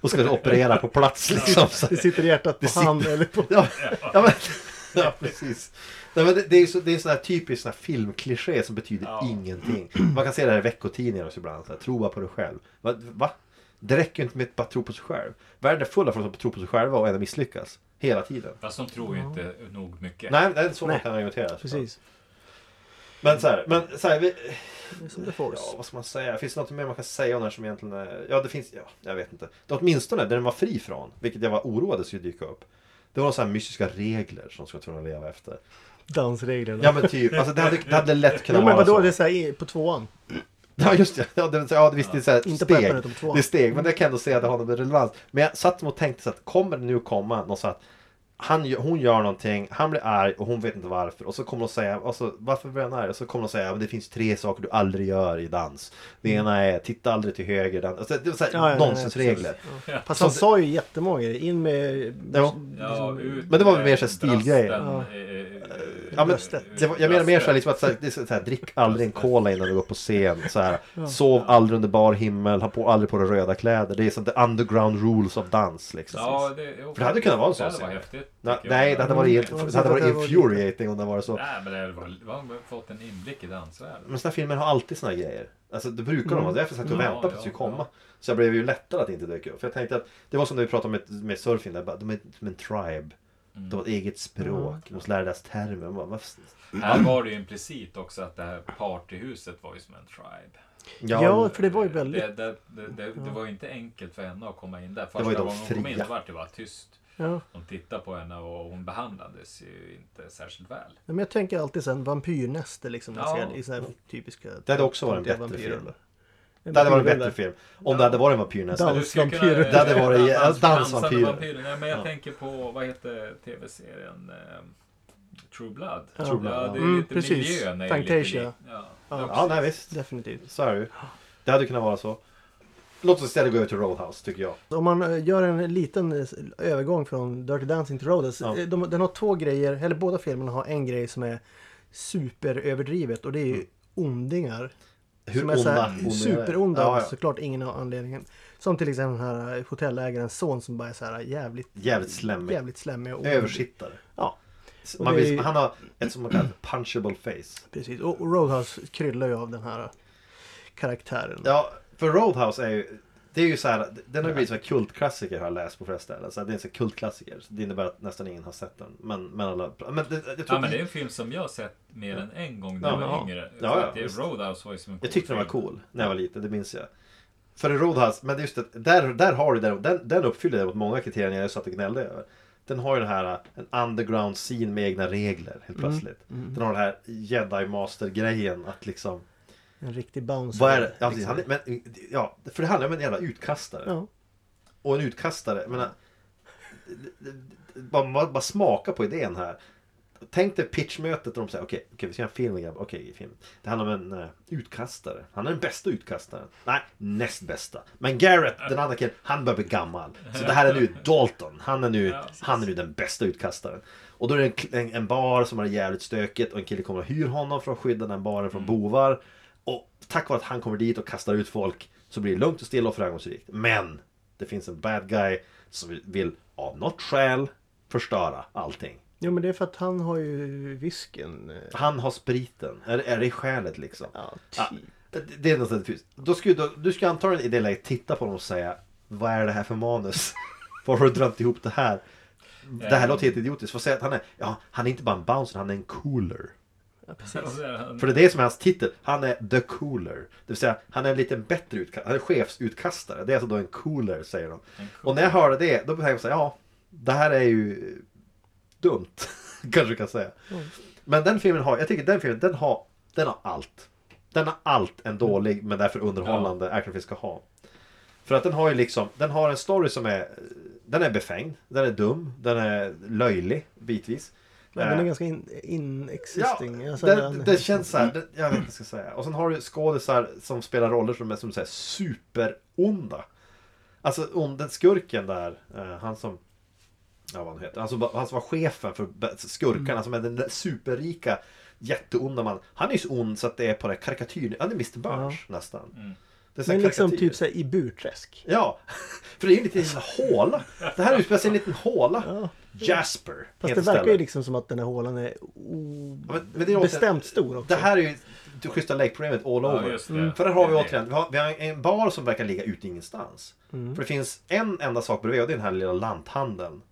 Och ska operera på plats liksom. Så. Det sitter i hjärtat på Det sitter- hand eller på... Ja, ja, men, ja precis. Nej, men det, det är ju så, det är sån här typisk sån här filmkliché som betyder Ja. ingenting. Man kan se det här i veckotidningar också ibland. Så här, tro bara på dig själv. Va? Va? Det räcker ju inte med att bara tro på sig själv. Världen är full av folk som tror på sig själva och ändå misslyckas. Hela tiden. Fast de tror ju inte nog mycket. Nej, det är så man Nej. kan argumentera. Precis. Men så här, men så här, vi, Det är som The ja, Force. vad ska man säga? Finns det något mer man kan säga om den här som egentligen är, ja det finns, ja, jag vet inte. Det var åtminstone det den var fri från, vilket jag var oroad skulle dyka upp. Det var några så här mystiska regler som de skulle tvungna leva efter. Dansreglerna. Ja men Alltså. typ, alltså det hade, det hade lätt Jo kunnat men vara vadå, så. det är såhär på tvåan. Ja just det, ja, det, ja visst det är så här Inte på steg. ettan, utan på tvåan. det är steg, men det kan jag ändå säga att det har någon relevans. Men jag satt och tänkte så att kommer det nu komma någon så att han, gör- hon gör någonting, han blir arg och hon vet inte varför. Och så kommer hon säga, alltså, varför blir han arg? Och så kommer hon säga, men det finns tre saker du aldrig gör i dans. Det ena är, titta aldrig till höger. Den, alltså, det var så här, Mm. Ja, ja, ja, nonsensregler. Ja. Fast han sa ju jättemånga grejer. In med... Ja. Ja, ut Men det var väl med mer så här stilgrej. brasten, Ja. eh, eh, Ja, men, Bröstet. det var, jag menar mer så här, bröstet. liksom att så här, det är så här, drick aldrig en cola innan du går upp på scen. Så här, Sov aldrig under bar himmel, ha på, aldrig på dig röda kläder. Det är så the underground rules of dans. Liksom. Ja, det, jo, För det hade kunnat vara en sån Det hade serie. varit häftigt. Nej, tycker jag. nej, det hade varit, Mm. helt- det hade varit Mm. infuriating om det var så. Nej, men det hade varit- man har fått en inblick i dansvärlden. Men sådana filmer har alltid såna grejer. Alltså det brukar Mm. de ha, därför satt jag och Ja, väntade på att det skulle ja, ja. komma. Så jag blev ju lättad att det inte dök upp. För jag tänkte att det var som när vi pratade med, med surfing, där, bara, de är som en tribe. Mm. De har ett eget språk, Mm. de måste lära deras termer. Man bara, varför- Här Mm. var det ju implicit också att det här partyhuset var ju som en tribe. Ja, Ja, för det var ju väldigt... Det, det, det, det, det var ju inte enkelt för henne att komma in där. Första var ju de gången hon kom in fria. då var det bara tyst. Ja. De tittade på henne och hon behandlades ju inte särskilt väl. Men jag tänker alltid sen vampyrnäste liksom. när jag Ja. ser det I sådana här typiska... Det hade också varit en töntiga bättre vampyrer. film. Det hade varit en bättre Vampyrer. film. Om det hade varit en vampyrnästa. Dans- Du skulle kunna- Dansvampyrer. Det hade varit- Ja, dans- dansvampyrer. dansande vampyrer. Nej, men jag Ja. tänker på, vad heter tv-serien? Eh, True Blood. Ja. True Blood, Ja, det är Mm, lite precis. miljön är ju lite Fantasia. lik. Ja, Ja. ja, Ja, precis. nej visst. Definitivt. Så är det ju. Det hade kunnat vara så. Låt oss istället gå över till Roadhouse, tycker jag. Om man eh, gör en liten eh, övergång från Dirty Dancing till Roadhouse. Ja. eh, De, den har två grejer, eller båda filmerna har en grej som är superöverdrivet och det är ju ondingar. Mm. Hur som onda är så ondingar här är. superonda Ja, av ja. såklart ingen har anledningen. Som till exempel den här eh, hotellägarens son som bara är så här jävligt, Jävligt slemmig. jävligt slemmig. Och ond. Översittare. Ja, Man det är- vill, han har ett som man kallar för punchable face. precis. Och och Roadhouse kryllar ju av den här eh, karaktären. Ja, för Roadhouse är ju... Det är ju så här, den har blivit så här kultklassiker har jag läst på flera ställen. Så här, det är en så här kultklassiker. Så Det innebär att nästan ingen har sett den. Men, men alla... Men det, jag, tror, Ja men det är en film som jag har sett mer än en gång när Ja, jag var jaha. yngre. Ja, För ja, att det visst. Roadhouse var ju som en jag tyckte den var film. cool när jag var liten, det minns jag. För i Roadhouse, men just det, där, där har du den, den, den uppfyller däremot många kriterier jag satt och gnällde över. Den har ju den här, en underground scene med egna regler Mm. helt plötsligt. Den har den här jedi master grejen att liksom En riktig bouncer. Vad är det? Ja, liksom. han, men, ja, för det handlar om en jävla utkastare. Ja. Och en utkastare, jag menar, d- d- d- bara, bara, bara smaka på idén här. Tänk dig pitchmötet där de säger okej, okej, vi ska göra en film grabbar. Okej, film. Det handlar om en eh, utkastare. Han är den bästa utkastaren. Nej, näst bästa. Men Garrett, den andra killen, han börjar bli gammal. Så det här är nu Dalton. Han är nu, Ja, han är nu den bästa utkastaren. Och då är det en, kl- en, en bar som har det jävligt stökigt och en kille kommer och hyr honom för att skydda den baren från bovar. Och tack vare att han kommer dit och kastar ut folk så blir det lugnt och stilla och framgångsrikt. Men det finns en bad guy som vill av något skäl förstöra allting. Jo men det är för att han har ju visken. eh, Han har spriten. Är, är det i skälet liksom? Ja, typ. Ja, det- det är något sånt fysiskt. Då skulle, då, du ska antagligen i det läget titta på dem och säga Vad är det här för manus? Varför har du drömt ihop det här? Det här Eh. låter helt idiotiskt. Får säga att han är, ja, han är inte bara en bouncer, han är en cooler. Ja, precis. Och så är han- För det är det som är hans titel. Han är the cooler. Det vill säga, han är en lite bättre utkastare. Han är chefsutkastare. Det är alltså då en cooler, säger de. Och när jag hörde det, då tänkte jag så här, ja, det här är ju dumt. Kanske jag kan säga. Men den filmen har, jag tycker den filmen, den har, den har allt. Den har allt en dålig, men därför underhållande actionfilm ska ha. För att den har ju liksom, den har en story som är, den är befängd, den är dum, den är löjlig bitvis. Men den är Eh, ganska in, in existing. Ja, Alltså, det, den- det känns så här. Det, jag vet inte vad jag ska säga. Och sen har du skådisar som spelar roller som är som säger superonda. Alltså om den skurken där, eh, han som... Ja, vad han heter. Han som, var- han som var chefen för be- skurkarna, Mm. som är den där superrika jätteonda mannen. Han är ju så ond så att det är på det här karikatyr... Han är Mr Burns nästan. Det är så här Men liksom karikatyr. typ såhär i burträsk. Ja, för det är ju en liten håla. Det här utspelar sig i en liten håla. Jasper Fast heter det verkar ju stället. liksom som att den här hålan är o... Ja, Men, men det är återigen- bestämt stor också. Det här är ju det schyssta Lake-problemet all Ja, over. just det. Mm. För där har vi Det är återigen, vi har, vi har en bar som verkar ligga ute ingenstans. Mm. För det finns en enda sak bredvid och det är den här lilla lanthandeln.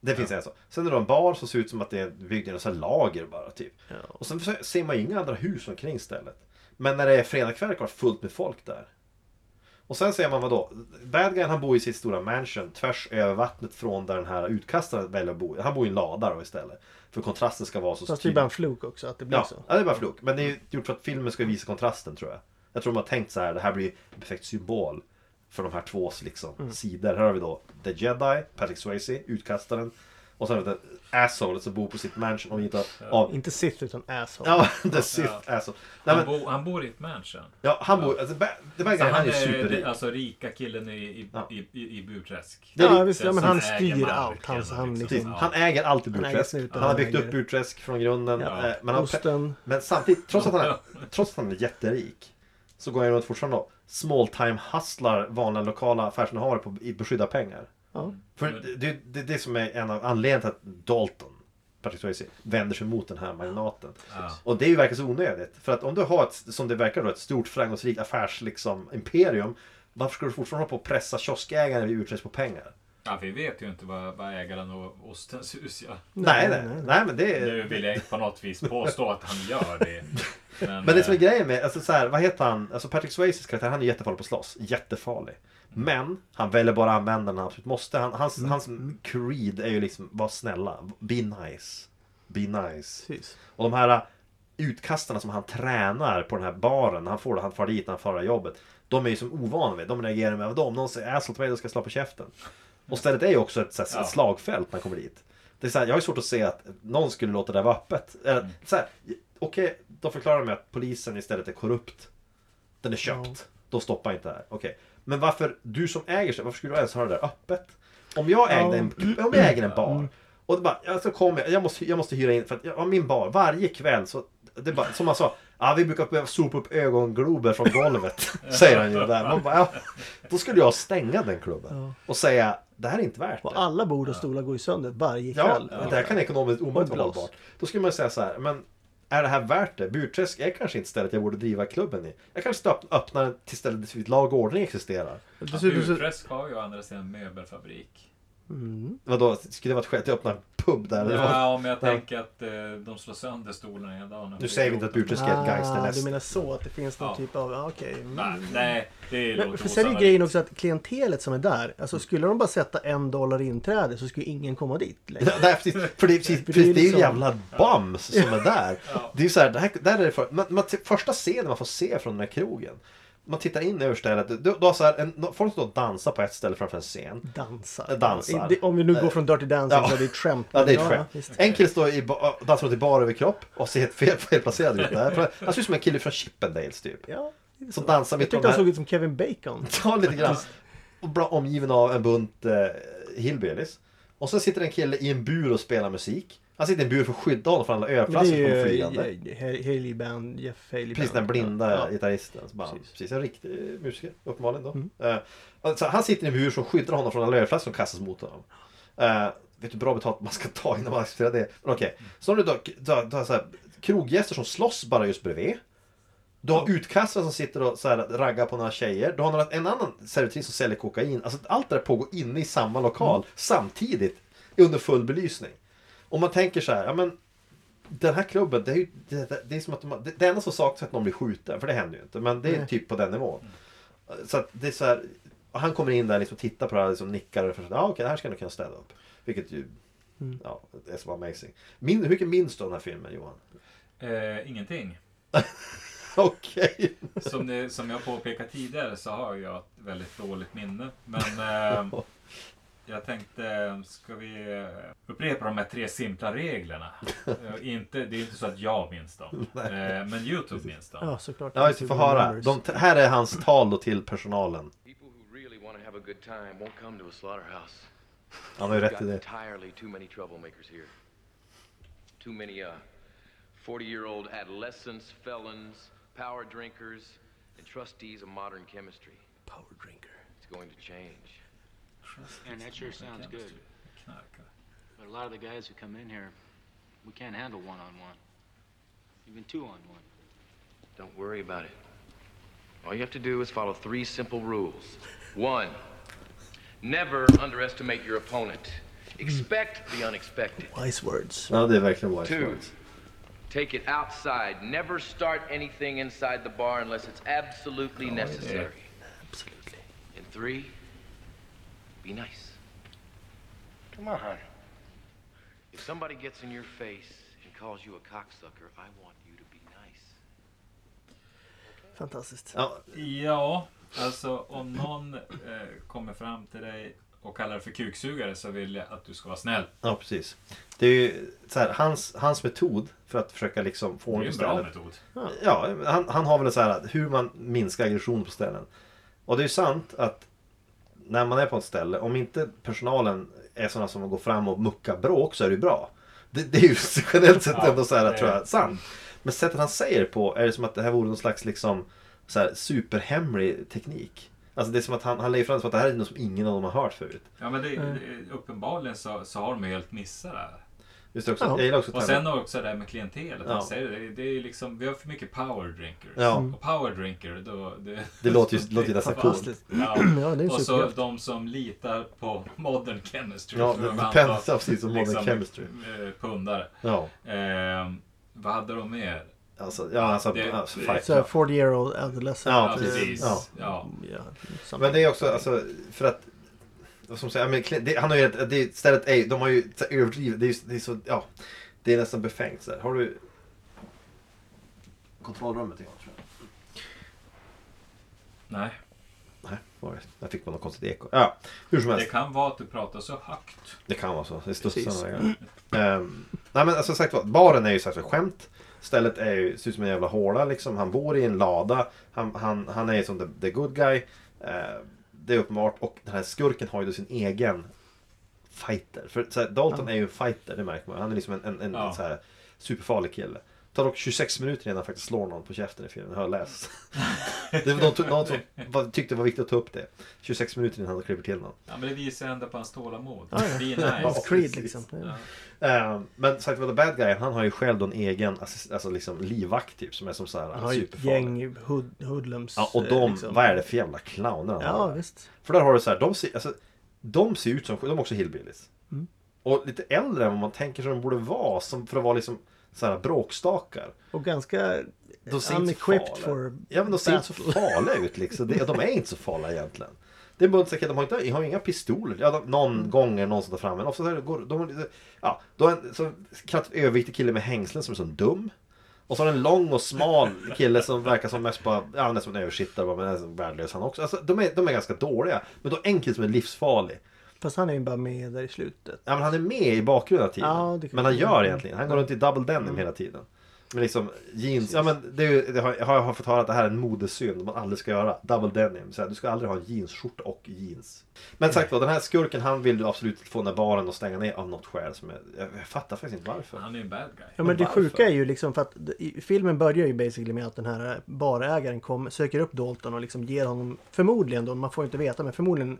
Det finns en sak. Sen är det en bar som ser ut som att det är byggd i något så här lager bara typ. Och sen så ser man ju inga andra hus omkring stället. Men när det är fredagkväll är det klart fullt med folk där. Och sen ser man vad då? Bad guyen, han bor i sitt stora mansion tvärs över vattnet från där den här utkastaren väljer att bo. Han bor i en lada då istället. För kontrasten ska vara så Fast det är bara en fluk också att det blir Ja, så. ja, det är bara fluk. Men det är gjort för att filmen ska visa kontrasten tror jag. Jag tror de har tänkt så här, det här blir en perfekt symbol för de här tvås liksom, sidor. Här har vi då The Jedi, Patrick Swayze, utkastaren. Och sen har vi det assholet som bor på sitt mansion och inte av... Inte sitt utan asshole. Ja, The Sith asshole. Nej, Han, men, bo, han bor i ett mansion. ja, han bor... Alltså, ba- det var Så grejen, han är den- superrik. alltså rika killen i, i, Ja. i, i, i Burträsk. Det är Ja, lite visst, ja, men som han Alltså, äger styr marken allt. Han, han, liksom. Precis. liksom, Han äger alltid äger Burträsk. Han, snuten, har han byggt äger- upp Burträsk från grunden. Ja. eh, Men, han, Osten. men samtidigt, trots att, han är, trots att han är jätterik, så går han runt fortfarande och small time hustlar vanliga lokala affärsinnehavare på i beskydda pengar. Ja. För det, det, det är det som är en av anledningarna till att Dalton, Patrick Swayze, vänder sig mot den här magnaten. Ja. Och det är ju verkligen så onödigt. För att om du har ett, som det verkar då, ett stort framgångsrikt affärs, liksom, imperium, varför ska du fortfarande hålla på och pressa kioskägaren vid utreds på pengar? Ja, vi vet ju inte vad, vad ägaren av Ostens hus gör. Nej, nej, nej, men Eh, det är... Nu vill jag inte på något vis påstå att han gör det. Men, Men det som är eh, grejen med, alltså så här, vad heter han? Alltså Patrick Swayzes karaktär, han är jättefarlig på att slåss. Jättefarlig. Mm. Men han väljer bara att använda den när han absolut måste. Han, hans, hans creed är ju liksom, var snälla. Be nice. Be nice. Precis. Och de här äh, utkastarna som han tränar på den här baren, när han får det, han far dit, när han far jobbet. De är ju som ovana vid, de reagerar med vadå? Om någon säger asshole till mig, då ska jag slå på käften. Och stället är ju också ett, så här, Ja. ett slagfält när han kommer dit. Det är så här, jag har ju svårt att se att någon skulle låta det vara öppet. Eh, så här, Okej, då förklarar de mig att polisen istället är korrupt. Den är köpt. Då stoppar inte det här. Okej. Men varför, du som äger sig, varför skulle du ens ha det där öppet? Om jag ägde en, om jag äger en bar. Och det bara, ja, så kommer jag, jag måste, jag måste hyra in, för att jag, ja, min bar, varje kväll så, det bara, som han sa, ja vi brukar behöva sopa upp ögonglober från golvet. säger han ju där. Man bara, ja, då skulle jag stänga den klubben. Ja. Och säga, det här är inte värt det. Och alla bord och stolar går ju sönder varje Ja, kväll. det här kan ekonomiskt omöjligt vara Och blås. hållbart. Då skulle man säga så här, men är det här värt det? Burträsk är kanske inte stället jag borde driva klubben i. Jag kanske ska öpp- öppna den till stället där lag och ordning existerar. Ja, Dessutom så... Burträsk har ju å andra sidan möbelfabrik. Mm. Vadå, skulle det vara ett skäl till att öppna en pub där? eller vad? Ja, om jag tänker att eh, de slår sönder stolarna hela dagen. Nu säger vi inte att Burträsk är ett Ah, du gangsternäst. menar så att det finns någon Ja. typ av, ja, okej. Mm. Nej, nej, det låter Men för sen är osannolikt. grejen också att klientelet som är där, Mm. alltså skulle de bara sätta en dollar inträde så skulle ingen komma dit liksom. längre. Nej, precis, för det, är precis, För precis, det är ju liksom- jävla bums som är där. Ja. Det är ju så här, det här, där är det för, man, man, första scenen man får se från den här krogen. Man tittar in över stället, du, du har så här, en, folk står och dansar på ett ställe framför en scen. Dansar. Dansar. Det- Om vi nu går från Dirty Dancing Ja. så är det ett skämt. Ja, det är ett Men skämt. visst. en kille står i ba- och dansar runt i bar överkropp och ser helt fel, felplacerad ut. Där. För Han ser ut som en kille från Chippendales typ. Ja, det är Som så. dansar Jag mitt på tyckte de han såg här. ut som Kevin Bacon. Ja, lite grann. Och bra omgiven av en bunt eh, hillbillies. Och så sitter en kille i en bur och spelar musik. Han sitter i en bur för att skydda honom från alla Men det ölflaskor som kommer är ju flygande. eh, Ha- Haley Band, Jeff Haley Precis den Band. blinda Ja. gitarristen. Så bara, precis. Precis. en riktig musiker uppenbarligen då. Eh, och så han sitter i en bur som skyddar honom från alla ölflaskor som kastas mot honom. Eh, vet du hur bra betalt man ska ta innan man accepterar det? Men okej. Så har du då, då, då, så här, kroggäster som slåss bara just bredvid. Du har utkastare som sitter och så här, raggar på några tjejer. Du har några, en annan servitris som säljer kokain. Alltså, allt det där pågår inne i samma lokal samtidigt under full belysning. Om man tänker så här, ja men den här klubben, det är ju det, det, det är som att de, det, det enda som saknas är att någon blir skjuten, för det händer ju inte. Men det är Nej. typ på den nivån. Så att det är så här, och han kommer in där liksom, och tittar på det här, liksom, nickar och förstår, ja okej, det här ska jag nog kunna städa upp. Vilket ju, ja, det är så amazing. Min, hur mycket minns du av den här filmen Johan? Eh, ingenting. Okej. Som, det, som jag påpekat tidigare så har jag ett väldigt dåligt minne. Men eh, jag tänkte, ska vi eh, upprepa de här tre simpla reglerna? Eh, inte, det är inte så att jag minns dem. Eh, men Youtube minns dem. Ja, såklart. Ja, just det, få höra. De, här är hans tal då till personalen. People who really want to have a good time won't come to a slaughterhouse. Han har ju We've rätt got i det. entirely too many troublemakers here. Too many uh, 40-year-old adolescents, felons, power drinkers, and trustees of modern chemistry. Power drinker. It's going to change. And that sure sounds good. Knarkare. But a lot of the guys who come in here, we can't handle one on one, even two on one. Don't worry about it. All you have to do is follow three simple rules. One, never underestimate your opponent. Expect the unexpected. Wise words. Ja, det är verkligen wise Two. words. Take it outside. Oh, Never start anything inside the bar unless it's absolutely necessary. Absolutely. three, be nice. Come on. If somebody gets in your face and calls you a cocksucker, I want you to be nice. Fantastiskt. Ja, Ja, alltså om någon eh, kommer fram till dig och kallar dig för kuksugare så vill jag att du ska vara snäll. ja, precis. Det är ju så här, hans, hans metod för att försöka liksom få Det är honom ju på en bra stället. metod. Ja, men han, han har väl en så här hur man minskar aggression på ställen. Och det är ju sant att när man är på ett ställe, om inte personalen är sådana som går fram och muckar bråk så är det ju bra. Det, det är ju generellt sett Ja, ändå så här, det- tror jag, sant. Men sättet han säger det på är det som att det här vore någon slags liksom, så här, superhemlig teknik. Alltså det är som att han, han lägger fram det som att det här är något som ingen av dem har hört förut. Ja, men det, det, uppenbarligen så, så har de ju helt missat det här. Just det också, Ja. jag gillar också Och termen- sen också det här med klientelet. Ja. Ja. Säger det, det är ju liksom, vi har för mycket power drinkers. Ja. Mm. Och power drinker, då... Det, Det låter ju- låter ju nästan coolt. Fantastiskt. Ja. Ja, det är ju Och så superhäftigt. de som litar på modern chemistry. Ja, för att det- anta, Penta, precis, som modern chemistry. eh, Pundare. Ja, Ehm, vad hade de mer? alltså, ja, alltså, Det- alltså det- fight. Så här 40 year old adolescent. Eh, Ja, Ja, precis. Ja. Ja. Ja, Men det är också, alltså, för att... Som säger, ja, men, Clint- det, han har ju ett, det, stället är, de har ju så här överdrivet, det är, ju- det är så, ja. Det är nästan befängt så här. Har du... Kontrollrummet igång tror jag. Nej, Nej, var det? Jag fick bara något konstigt eko. Ja, hur som det helst. kan vara att du pratar så högt. Det kan vara så. Det Precis. studsar några gånger. Ehm, Nej men alltså sagt var, baren är ju sagt var skämt. Stället är ju, ser ut som en jävla håla liksom. Han bor i en lada. Han, han, han är ju som the, the good guy. Ehm, det är uppenbart. Och den här skurken har ju då sin egen fighter. För så här, Dalton är ju en fighter, det märker man. Han är liksom en, en, en, Ja. så här superfarlig kille. Det tar dock 26 minuter innan han faktiskt slår någon på käften i filmen, har jag läst. det var någon, to- någon som var- tyckte det var viktigt att ta upp det. 26 minuter innan han klipper till någon. Ja, men det visar ändå på hans tålamod. Ja, ja. Be Ja. nice. Creed precis. liksom. Ja. Eh, men sagt var, the bad guy, han har ju själv då en egen assist, alltså liksom livvakt typ, som är som så här Han har ju ett superfarlig. gäng hood, hoodlums. Ja, och eh, de, liksom. vad är det för jävla clowner han Ja, har? visst. För där har du så här, de ser, alltså, de ser ut som, de är också hillbillies. Mm. Och lite äldre än vad man tänker sig de borde vara, som, för att vara liksom så här bråkstakar. Och ganska De ser inte så unequipped farliga. for Ja, men de ser inte så battle. farliga ut liksom. De, de är inte så farliga egentligen. Det är bara att säga, de har, inte, de har inga pistoler. Ja, de, någon Mm. gång är det någon som tar fram en. Ofta så här går de... har lite- Ja, då har en så kallat överviktig kille med hängslen som är så dum. Och så har de en lång och smal kille som verkar som mest bara... Ja, han är som en översittare bara, men är så värdelös han också. Alltså, de är, de är ganska dåliga. Men då en kille som är livsfarlig. Fast han är ju bara med där i slutet. Ja, men han är med i bakgrunden hela tiden. Ja, det kan men han jag- Mm. gör egentligen. Han går runt i double denim hela tiden. Men liksom jeans. Ja, men det, är ju, det har, jag har fått höra att det här är en modesynd man aldrig ska göra. Double denim. Så här, du ska aldrig ha en jeansskjorta och jeans. Men sagt var, den här skurken han vill du absolut få den där baren att stänga ner av något skäl. Som jag, jag, jag fattar faktiskt inte varför. Han är ju en bad guy. Ja men det Varför? sjuka är ju liksom för att d- i- filmen börjar ju basically med att den här barägaren kom, söker upp Dalton och liksom ger honom förmodligen då, man får ju inte veta men förmodligen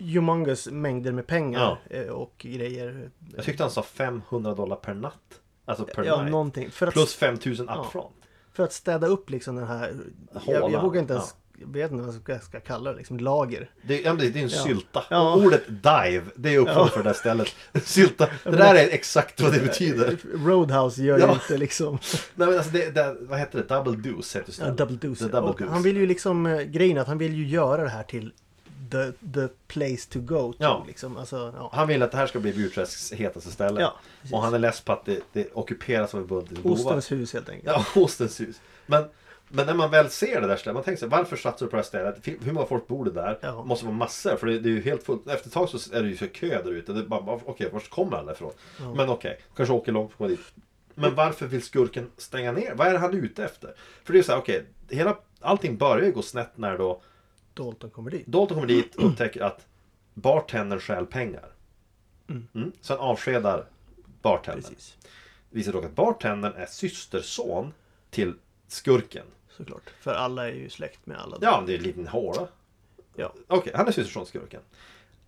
humongous mängder med pengar eh, och grejer. Jag tyckte han sa 500 dollar per natt. Alltså per Ja, night. någonting. För att, Plus 5000 Ja. upfront. för att städa upp liksom den här, jag, jag Hålan, vågar inte ens, jag vet inte vad jag ska, ska kalla det, liksom lager. Det, är- ja, men det det är en Ja. sylta. Ja. Och ordet dive, det är uppfört Ja. för det där stället. Sylta, det där är exakt vad det betyder. Roadhouse gör ju Ja. inte liksom. Nej men alltså det, det vad heter det? Double Deuce heter Ja, stället. double deuce. The double och deuce. han vill ju liksom, eh, grejen är att han vill ju göra det här till the, the place to go to. Ja. Liksom. Alltså, ja. Han vill att det här ska bli Burträsks hetaste ställe. Ja, precis. och han är less på att det, det ockuperas av en bunt bovar. Ostens hus helt enkelt. Ja, ostens hus. Men, men när man väl ser det där stället, man tänker sig varför satsar du på det här stället? Fi- Hur många folk bor det där? Ja. Det måste vara massor, för det, det är ju helt fullt. Efter ett tag så är det ju så kö där ute. Det är bara, bara, Okej, var kommer alla ifrån? Men okej, kanske åker långt för att komma dit. Men varför vill skurken stänga ner? Vad är det han är ute efter? För det är ju så här, okej, hela allting börjar ju gå snett när då Dalton kommer dit. Dalton kommer dit och upptäcker att bartendern stjäl pengar. Mm. Så han avskedar bartendern. Precis, Det visar dock att bartendern är systerson till skurken. såklart. För alla är ju släkt med alla. Ja, men det är en liten håla. Ja. Okej, han är systerson till skurken.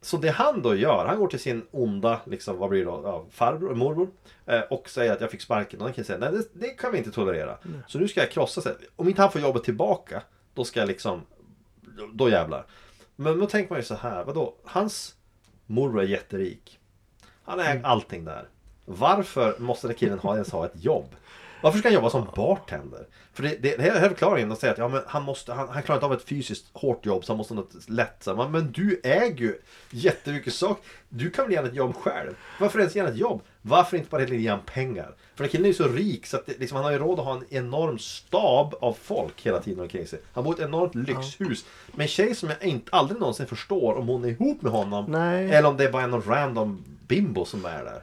Så det han då gör, han går till sin onda, liksom, vad blir det då, ja, farbror, morbror. eh, Och säger att jag fick sparken. Och han kan säga, nej det, det kan vi inte tolerera. Så nu ska jag krossa sig. Om inte han får jobbet tillbaka, då ska jag liksom, då- då jävlar. Men då tänker man ju så här, vadå? Hans morbror är jätterik. Han äger allting där. Varför måste den killen ha, ens ha ett jobb? Varför ska han jobba som bartender? För det, det, det här är förklaringen. De säger att ja, men han, måste, han, han klarar inte av ett fysiskt hårt jobb så han måste ha något lätt. Så här, Men, men du äger ju jättemycket saker. Du kan väl ge honom ett jobb själv? Varför ens ge honom ett jobb? Varför inte bara helt enkelt ge honom pengar? För den killen är ju så rik så att det, liksom, han har ju råd att ha en enorm stab av folk hela tiden omkring sig. Han bor i ett enormt lyxhus. Med en tjej som jag inte, aldrig någonsin förstår om hon är ihop med honom. Nej. Eller om det är bara är någon random bimbo som är där.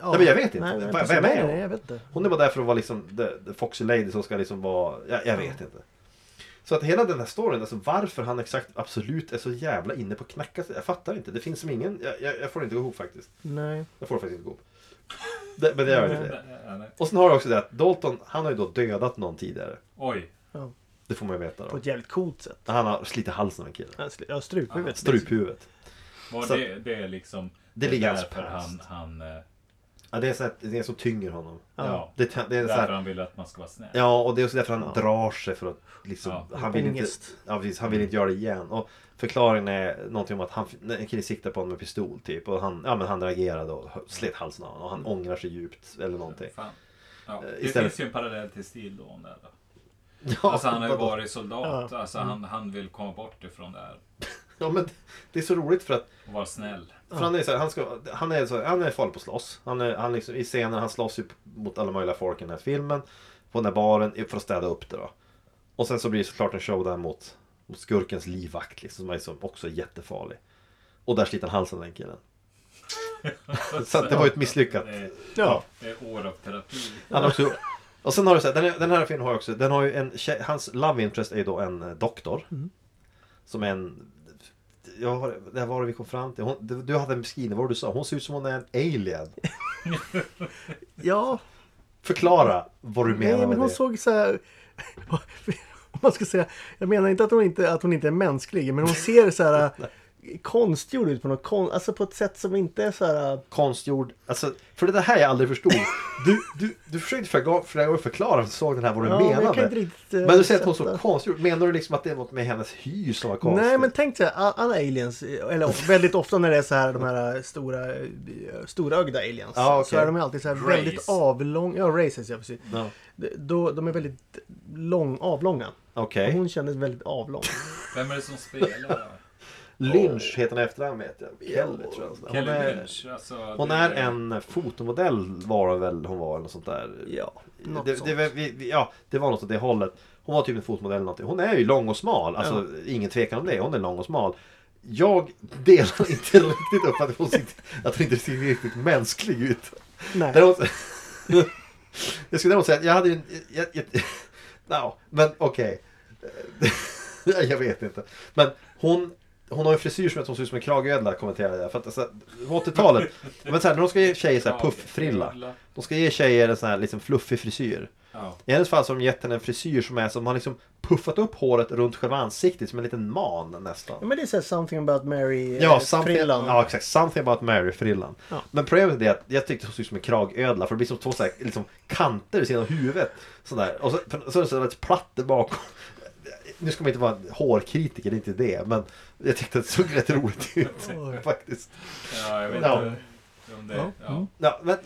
Ja. Nej, men jag vet inte. Nej, nej, Vad- precis. vem är Nej, hon? nej, Jag vet inte. Hon är bara där för att vara liksom the, the foxy lady som ska liksom vara, jag, jag vet inte. Så att hela den här storyn, alltså varför han exakt absolut är så jävla inne på att knacka sig, jag fattar inte. Det finns som ingen, jag, jag, jag får det inte gå ihop faktiskt. Nej. Jag får det faktiskt inte gå ihop. Det, men det gör inte det. Ja, Eh, nej. Och sen har du också det att Dalton, han har ju då dödat någon tidigare. Oj, Ja. Det får man ju veta På då. ett jävligt coolt sätt. Han har slitit halsen av en kille. Ja, sl- Ja, struphuvudet. liksom. Struphuvudet. var Så- det, det är liksom... Det är ligger hans därför han, past. han, eh, Ja, det är så att, det är så tynger honom. ja, Det, är- det är så därför här, han vill att man ska vara snäll. ja, och det är också därför han drar sig för att liksom, Ja. han vill inte... Ångest. Ja, precis, han vill inte göra det igen. Och förklaringen är någonting om att han, en kille siktar på honom med pistol typ. Och han, ja, men han reagerade och slet halsen av honom. Och Mm. han ångrar sig djupt eller någonting. Fan. Ja, det Eh, Istället- finns ju en parallell till stilån där då. Ja, Alltså han har ju vadå? varit soldat, alltså Mm. han, han vill komma bort ifrån det här Ja, men det är så roligt för att och vara snäll. för han är så här, han, ska, han, är så här, han är farlig på att slåss. Han är, han liksom, I scener, han slåss ju mot alla möjliga folk i den här filmen. På den här baren för att städa upp det då. Och sen så blir det såklart en show där mot, mot skurkens livvakt liksom, som är som också är jättefarlig. Och där sliter han halsen av den killen. så att det var ju ett misslyckat. Det är, Ja. det är år av terapi. Han har också, och sen har du sett, den, här- den här filmen har ju också, den har ju en tjej, hans love interest är ju då en eh, doktor. Som är en, ja, vad var det- det här var det vi kom fram till. Hon, du, du hade en beskrivning, vad var det du sa? Hon ser ut som hon är en alien. Ja, Förklara vad du menar nej, men med hon det. såg så här... Om man ska säga... Jag menar inte att hon inte, att hon inte är mänsklig, men hon ser så här... konstgjord ut på något kon... Alltså på ett sätt som inte är så här... Konstgjord, alltså, för det där här jag aldrig förstod. Du, du, du försökte flera gånger- flera gånger förklara, men såg den här vad du Ja, men jag menade. kan inte riktigt, eh, men du säger att hon sätta- såg konstgjord, menar du liksom att det är något med hennes hy som var konstigt? Nej men tänk så här, a- alla aliens, eller väldigt ofta när det är så här de här stora, eh, storögda aliens. Ja, okej. Så är de alltid så här Race. väldigt avlånga, ja races ja precis. Ja. De, då, de är väldigt lång, avlånga. Okej, Och hon kändes väldigt avlång. Vem är det som spelar? Lynch heter hon i efternamn vet jag. Kelly tror jag. Hon Kelly är- Lynch. Alltså, Hon det är en fotomodell var det väl hon var eller något sånt där. Ja, något det, sånt. det, var- vi, vi, ja, det var något åt det hållet. Hon var typ en fotomodell eller någonting. Hon är ju lång och smal. Alltså ingen tvekan om det. Hon är lång och smal. Jag delar inte riktigt upp att hon, sitter, att hon inte ser riktigt mänsklig ut. Nej. Däremot, jag skulle däremot säga att jag hade ju... en- Jag, jag, no, men okej. jag vet inte. Men hon, hon har ju frisyr som att hon ser ut som en kragödla kommenterade jag. För att alltså, på 80-talet, men så här, när de ska ge tjejer så här pufffrilla. De ska ge tjejer en sån här liksom fluffig frisyr. Ja. I hennes fall så har de gett henne en frisyr som är som har liksom puffat upp håret runt själva ansiktet som en liten man nästan. Ja, men det är så här something about Mary eh, Ja, something, frillan. ja exakt. Something about Mary-frillan. Ja. Men problemet är att jag tyckte hon såg ut som en kragödla för det blir som två så här, liksom, kanter vid sidan av huvudet. Sådär. Och så, för, så är det så här lite platt där bakom. Nu ska man inte vara hårkritiker, det är inte det. Men jag tyckte att det såg rätt roligt ut faktiskt. ja, jag vet Ja. inte. Om det, Mm. ja. Ja, men,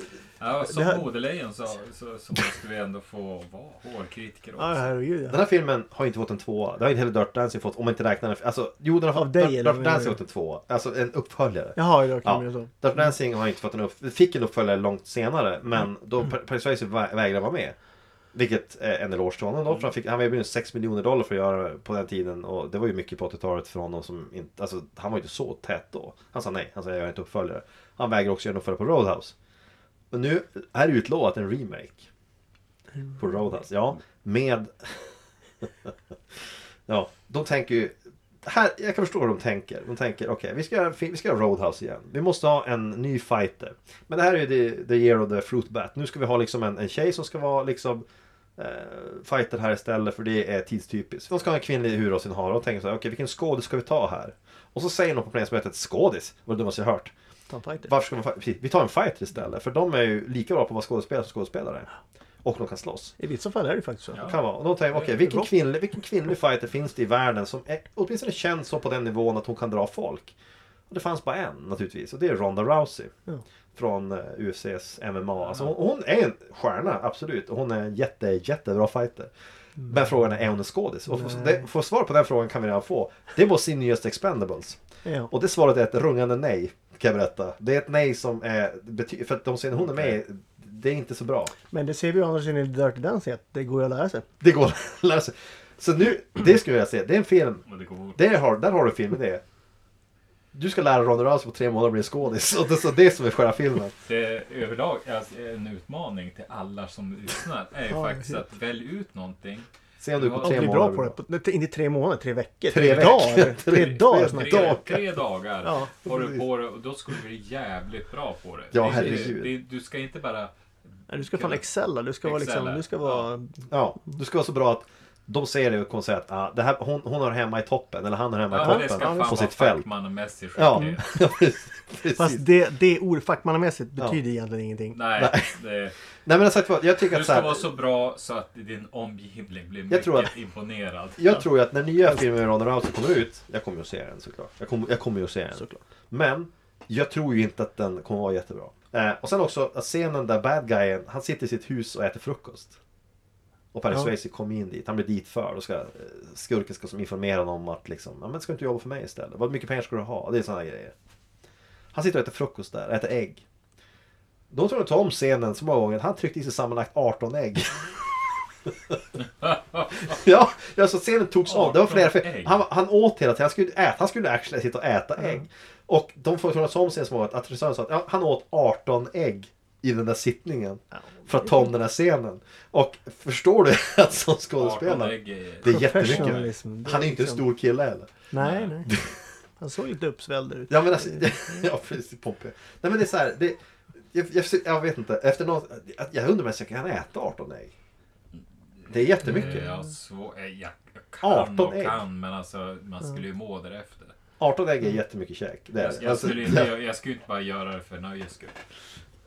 Ja, som Det här- modelejon så, så, så måste vi ändå få vara hårkritiker också. Ja, herregud. den här filmen har inte fått en tvåa. Det har inte heller Dirt Dancing fått, om man inte räknar den. Alltså, jo, den har Av fått, dig, Dirt, eller vad Dirt menar Dancing du? har fått en tvåa. Alltså en uppföljare. Jaha, jag Ja. kan ja. så. Dirty Dancing har inte fått en upp, fick en uppföljare långt senare men då Per- Paris Swayze vä- vägrade vara med. Vilket eh, är en eloge till honom då. För han, fick, han var ju 6 miljoner dollar för att göra det på den tiden och det var ju mycket på 80-talet för honom som inte, alltså han var ju inte så tät då. Han sa nej, han sa jag gör inte uppföljare. Han vägrade också göra en uppföljare på Roadhouse. Men nu är det utlovat en remake. På Roadhouse, ja. Med... ja, de tänker ju... Här, jag kan förstå hur de tänker. De tänker, okej, vi, ska, göra en fi- vi ska göra Roadhouse igen. Vi måste ha en ny fighter. Men det här är ju the, the year of the fruit bat. Nu ska vi ha liksom en, en tjej som ska vara liksom eh, fighter här istället för det är tidstypiskt. De ska ha en kvinnlig huvudrollsinnehavare och tänker så här, okej vilken skådis ska vi ta här? Och så säger någon på planeringsmötet, skådis? Vad det dummaste jag hört. Varför ska man fa- Precis, vi tar en fighter istället. För de är ju lika bra på att vara skådespelare som skådespelare. Och de kan slåss. I vissa fall är det faktiskt så. Ja. Kan vara. Och då tänker jag, okej, vilken, kvinnlig, vilken kvinnlig fighter finns det i världen som är, åtminstone känns så på den nivån att hon kan dra folk? Och det fanns bara en naturligtvis och det är Ronda Rousey. Ja. Från eh, UFCs MMA. Alltså, hon, hon är en stjärna, absolut. Och hon är en jätte, jättebra fighter. Mm. Men frågan är, är hon en skådis? Och få, det, få svar på den frågan kan vi redan få. Det var sin nyaste Expendables. Ja. Och det svaret är ett rungande nej. Kan jag berätta. Det är ett nej som är... bety- För att de scener hon är med i, det är inte så bra. Men det ser vi ju annars i Dirty Dancing att det går ju att lära sig. Det går att lära sig. Så nu, det skulle jag säga, det är en film. Men det går fort. Där har, där har du filmen det. Du ska lära Ronda Rousey på tre månader att bli skådis. Och det, så det är som är själva filmen. Det är överlag alltså, en utmaning till alla som lyssnar är ju Ja, faktiskt precis. att välja ut någonting. Se om du på Ja, Och tre bli bra månader på det. På, nej, inte tre månader, tre veckor. Tre veckor. dagar. Tre- Tre dagar. tre- snart. Tre, Dagar. tre dagar Ja, har du precis. på det och då ska du bli jävligt bra på det. Ja, det, är- herregud. Det, du ska inte bara... Nej, Du ska fan excella. Du ska vara liksom, Excella. du ska vara... Ja, du ska vara så bra att de ser det och kommer säga att ah, det här, hon, hon har hemma i toppen. Eller han har hemma Ja, i det ska toppen. fan På vara sitt fält. fackmannamässig Ja, skicklighet. ja precis. precis. Fast det, det ord fackmannamässigt Ja. betyder egentligen ingenting. Nej, Nej. Det, Nej men jag, sagt, vad, jag tycker du att så ska här, vara så bra så att din omgivning blir Jag mycket tror imponerad. Jag tror ju att när nya filmer med Ronda Rousey kommer ut, jag kommer ju att se den såklart. Jag kommer, jag kommer ju att se den. Såklart. Men jag tror ju inte att den kommer att vara jättebra. Eh, och sen också att scenen där bad guyen, han sitter i sitt hus och äter frukost. Och Paris Ja. Swayze kommer in dit, han blir ditförd och ska, eh, skurken ska som informera honom om att liksom, ja men ska du inte jobba för mig istället? Vad mycket pengar ska du ha? Det är sådana grejer. Han sitter och äter frukost där, äter ägg. Då tror jag de tar om scenen så många gånger, han tryckte i sig sammanlagt 18 ägg. Ja, ja, så scenen togs av. Det var flera 18 ägg. fel. Han, var- han åt hela tiden. Han skulle, äta, han skulle actually sitta och äta ägg. Och de får tala om scenen som var att regissören sa att ja, han åt 18 ägg i den där sittningen. För att ta om den där scenen. Och förstår du att som 18 skådespelare. ägg är- Det är jättemycket. Professionalism. det Han är ju inte en liksom- stor kille heller. Nej, nej. Han såg lite uppsvälld ut. Ja men alltså, ja precis, Pompey. Nej men det är så här, det, jag, jag, jag vet inte, efter något, jag undrar mig, så kan han äta 18 ägg? Det är jättemycket. Jag, svår, jag, eh, jag kan 18 och ägg. kan, men alltså, man skulle ju må därefter. 18 ägg är jättemycket käk. Det är Jag, det. jag, Alltså, skulle inte, jag, jag skulle inte bara göra det för nöjes skull.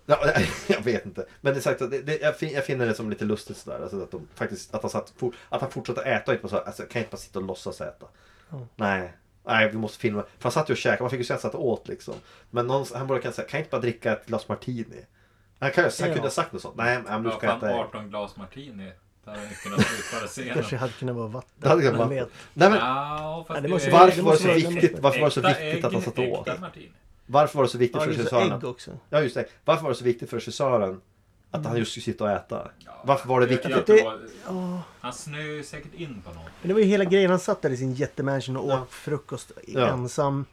Ja, jag vet inte. Men det är sagt, att det, det, jag, fin, jag finner det som lite lustigt sådär. Alltså att, de, faktiskt, att, han satt, for- att han fortsatte äta och inte bara så här, alltså, jag kan inte bara sitta och låtsas äta. Nej. Nej, vi måste filma. För han satt ju och käkade, man fick ju se att han satt och åt liksom. Men någon, han borde kunna säga, kan jag inte bara dricka ett glas martini? Han, kan, ju- han Ja. kunde ha sagt något sånt. Nej, men du Ja, ska fan, äta ägg. 18 glas martini. Där hade ni kunnat slutföra scenen. Kanske hade kunnat vara vatten. Det hade Vem kunnat vara- vet? Nej, men, Ja, fast Nej, det måste- är- varför var det så vara- viktigt, varför var det så Äkta viktigt att han ägg, satt och åt? äkta martini. Varför var det så viktigt för liksom. Ja, just det, regissören? ägg också. Ja, just det. Varför var det så viktigt för regissören att han just skulle sitta och äta? Varför var det viktigt? Jag, jag Det- tror, han snöar ju säkert in på någon. Men det var ju hela grejen. Han satt där i sin jättemansion och åt Ja. frukost Ja. ensam.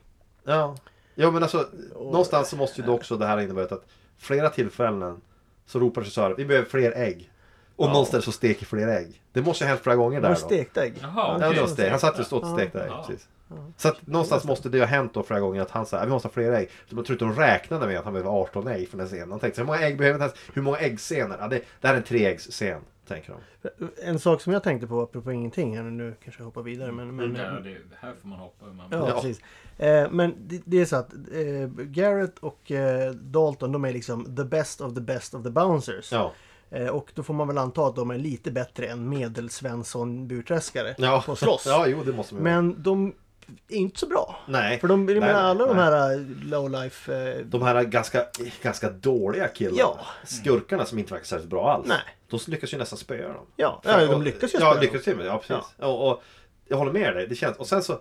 Ja. ja, men alltså någonstans så måste ju då också det här ha inneburit att flera tillfällen så ropar regissören vi behöver fler ägg. Och någonstans så steker fler ägg. Det måste ha hänt flera gånger Det var där det då. stekt ägg. Jaha, Ja, okej. det var stek. Han satt ju och stekte ägg. Ja. Precis. Så att någonstans måste det ha hänt då flera gånger att han sa vi måste ha fler ägg. Så man tror inte de räknade med att han behövde 18 ägg för den här scenen. Han tänkte så här, hur många ägg behöver den här? Hur många äggscener? Ja, det, det här är en treäggsscen, tänker de. En sak som jag tänkte på apropå ingenting här nu kanske jag hoppar vidare men... Mm. men Ja, det, här får man hoppa hur man ja, Ja. precis. Eh, men det, det är så att eh, Garrett och eh, Dalton de är liksom the best of the best of the bouncers. Ja. Eh, och då får man väl anta att de är lite bättre än medelsvensson burträskare Ja. på att slåss. Ja, jo, det måste man ju vara. Men de är inte så bra. Nej. För de, jag Nej, menar nej, alla de nej. här lowlife... Eh, De här ganska, ganska dåliga killarna. Ja. Skurkarna som inte verkar särskilt bra alls. Nej. De lyckas ju nästan spöa dem. ja, För- ja, de lyckas ju Ja, spela. lyckas ju med det. Ja, precis. Och, och, jag håller med dig. Det känns. Och sen så...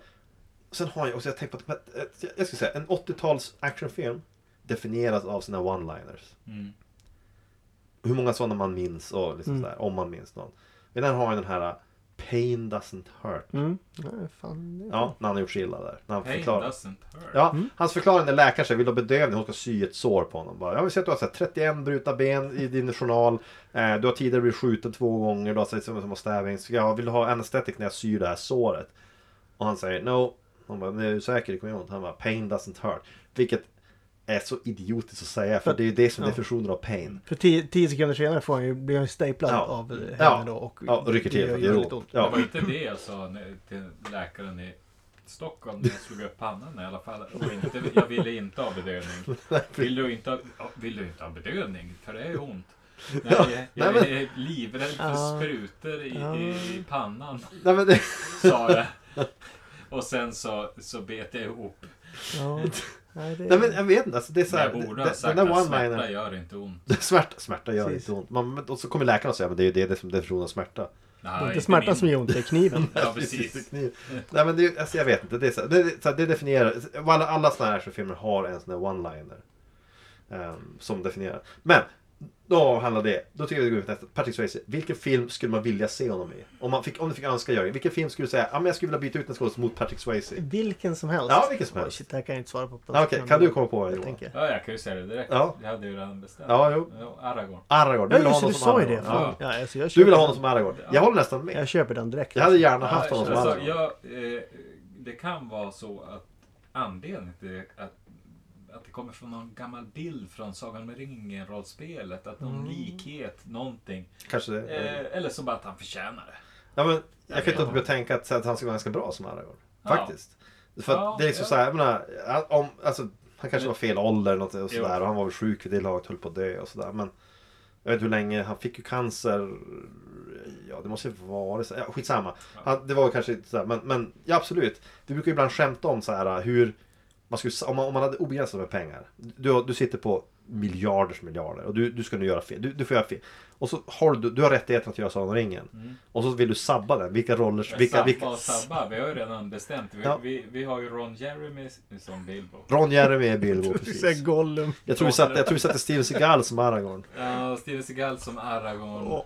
Sen har jag också jag tänkt på att eh, jag- jag ska säga, en 80-tals actionfilm definieras av sina one-liners. Hur många sådana man minns och liksom Mm. sådär, om man minns någon. Men den har ju den här eh, Pain doesn't hurt. Mm. Nej, fan. det- Ja, när han har gjort sig illa där. När han Pain förklarar. doesn't hurt. Ja, hans förklaring när läkaren säger vill du ha bedövning, hon ska sy ett sår på honom. Bara, jag vill se att du har så här, 31 brutna ben i din journal. Eh, du har tidigare blivit skjuten två gånger, du har sett som som har stabbing. Så jag vill du ha estetik när jag syr det här såret. Och han säger no. Hon bara, men är du säker? Det kommer göra ont. Han bara, pain doesn't hurt. Vilket är så idiotiskt att säga, för det är ju det som är definitionen av pain. För tio, tio sekunder senare får han ju, blir han ju staplad Ja. av henne Ja. då. Och Ja, och rycker till för gör att det gör väldigt ont. Det Ja. var inte det jag sa när- till läkaren i Stockholm när jag slog upp pannan i alla fall. Och inte, jag ville inte ha bedövning. Vill du inte ha, ja, vill du inte ha bedövning? För det är ju ont. Nej, jag nej, är livrädd för Ja. sprutor i, i pannan, Nej, men det, sa jag. Och sen så, så bet jag ihop. Ja. Nej, det... Nej, men jag vet inte. Alltså, det är så här, Jag borde den, ha sagt den där att smärta one-linern. gör inte ont. Smärta, smärta gör Precis. inte ont. Man, men- och så kommer läkaren och säger att det är ju det, det är som definitionen av smärta. Nej, Det är inte smärtan min. som gör ont, det är kniven. Ja, Det är precis. kniv. Nej men det, är- alltså, jag vet inte. Det, är så, det, är- så här, det definierar. Alla, alla sådana här actionfilmer har en sån här one-liner. ehm, som definierar. Men. Då avhandlar det. Då tycker jag vi går ut nästa. Patrick Swayze. Vilken film skulle man vilja se honom i? Om, man fick, om du fick önska Jörgen. Vilken film skulle du säga. Ja men jag skulle vilja byta ut en skådespelare mot Patrick Swayze. Vilken som helst. Ja, vilken som helst. Oj, shit, det här kan jag inte svara på. på Ja, Okej, kan du komma på Jag en Johan? tänker. Ja, jag kan ju säga det direkt. Ja. Jag hade ju redan bestämt. Ja, jo. Aragorn. Aragorn. Du Ja, vill ha just det, honom du som sa ju det. Aragorn. Fan. Ja. Ja, alltså, jag Du vill köper ha honom den. som Aragorn. Jag håller nästan med. Jag köper den direkt. Jag hade gärna haft Ja, honom som alltså, Aragorn. jag, eh, Det kan vara så att anledningen till det- att, att det kommer från någon gammal bild från Sagan om ringen-rollspelet. Att någon Mm. likhet, någonting. Kanske det. Eh, eller så bara att han förtjänar det. Ja, men jag kan vet inte låta bli inte. att tänka att, att han ska vara ganska bra som Aragorn. Ja. Faktiskt. För att Ja, det är liksom ja. så här, jag menar, han- om, alltså, han kanske var fel ålder eller något och Jo. sådär. Och han var väl sjuk vid det laget, höll på att dö och sådär. Men jag vet inte hur länge, han fick ju cancer. Ja, det måste ju vara så. Ja, skitsamma. Han, det var ju kanske inte sådär, men, men ja absolut. Vi brukar ju ibland skämta om så här hur man skulle, om, man, om man hade obegränsat med pengar. Du, du sitter på miljarders miljarder och du, du ska nu göra fel. Du, du får göra fel. Och så har du, du har rättigheten att göra Sagan om ringen. Och så vill du sabba den. Vilka roller... Vilka, sabba vilka, och sabba, vi har ju redan bestämt. Vi, Ja. vi, vi har ju Ron Jeremy som Bilbo. Ron Jeremy är Bilbo Du säger precis. Gollum. Jag tror vi satte, jag tror vi satte Steven Seagal som Aragorn. Ja, Steven Seagal som Aragorn. Åh.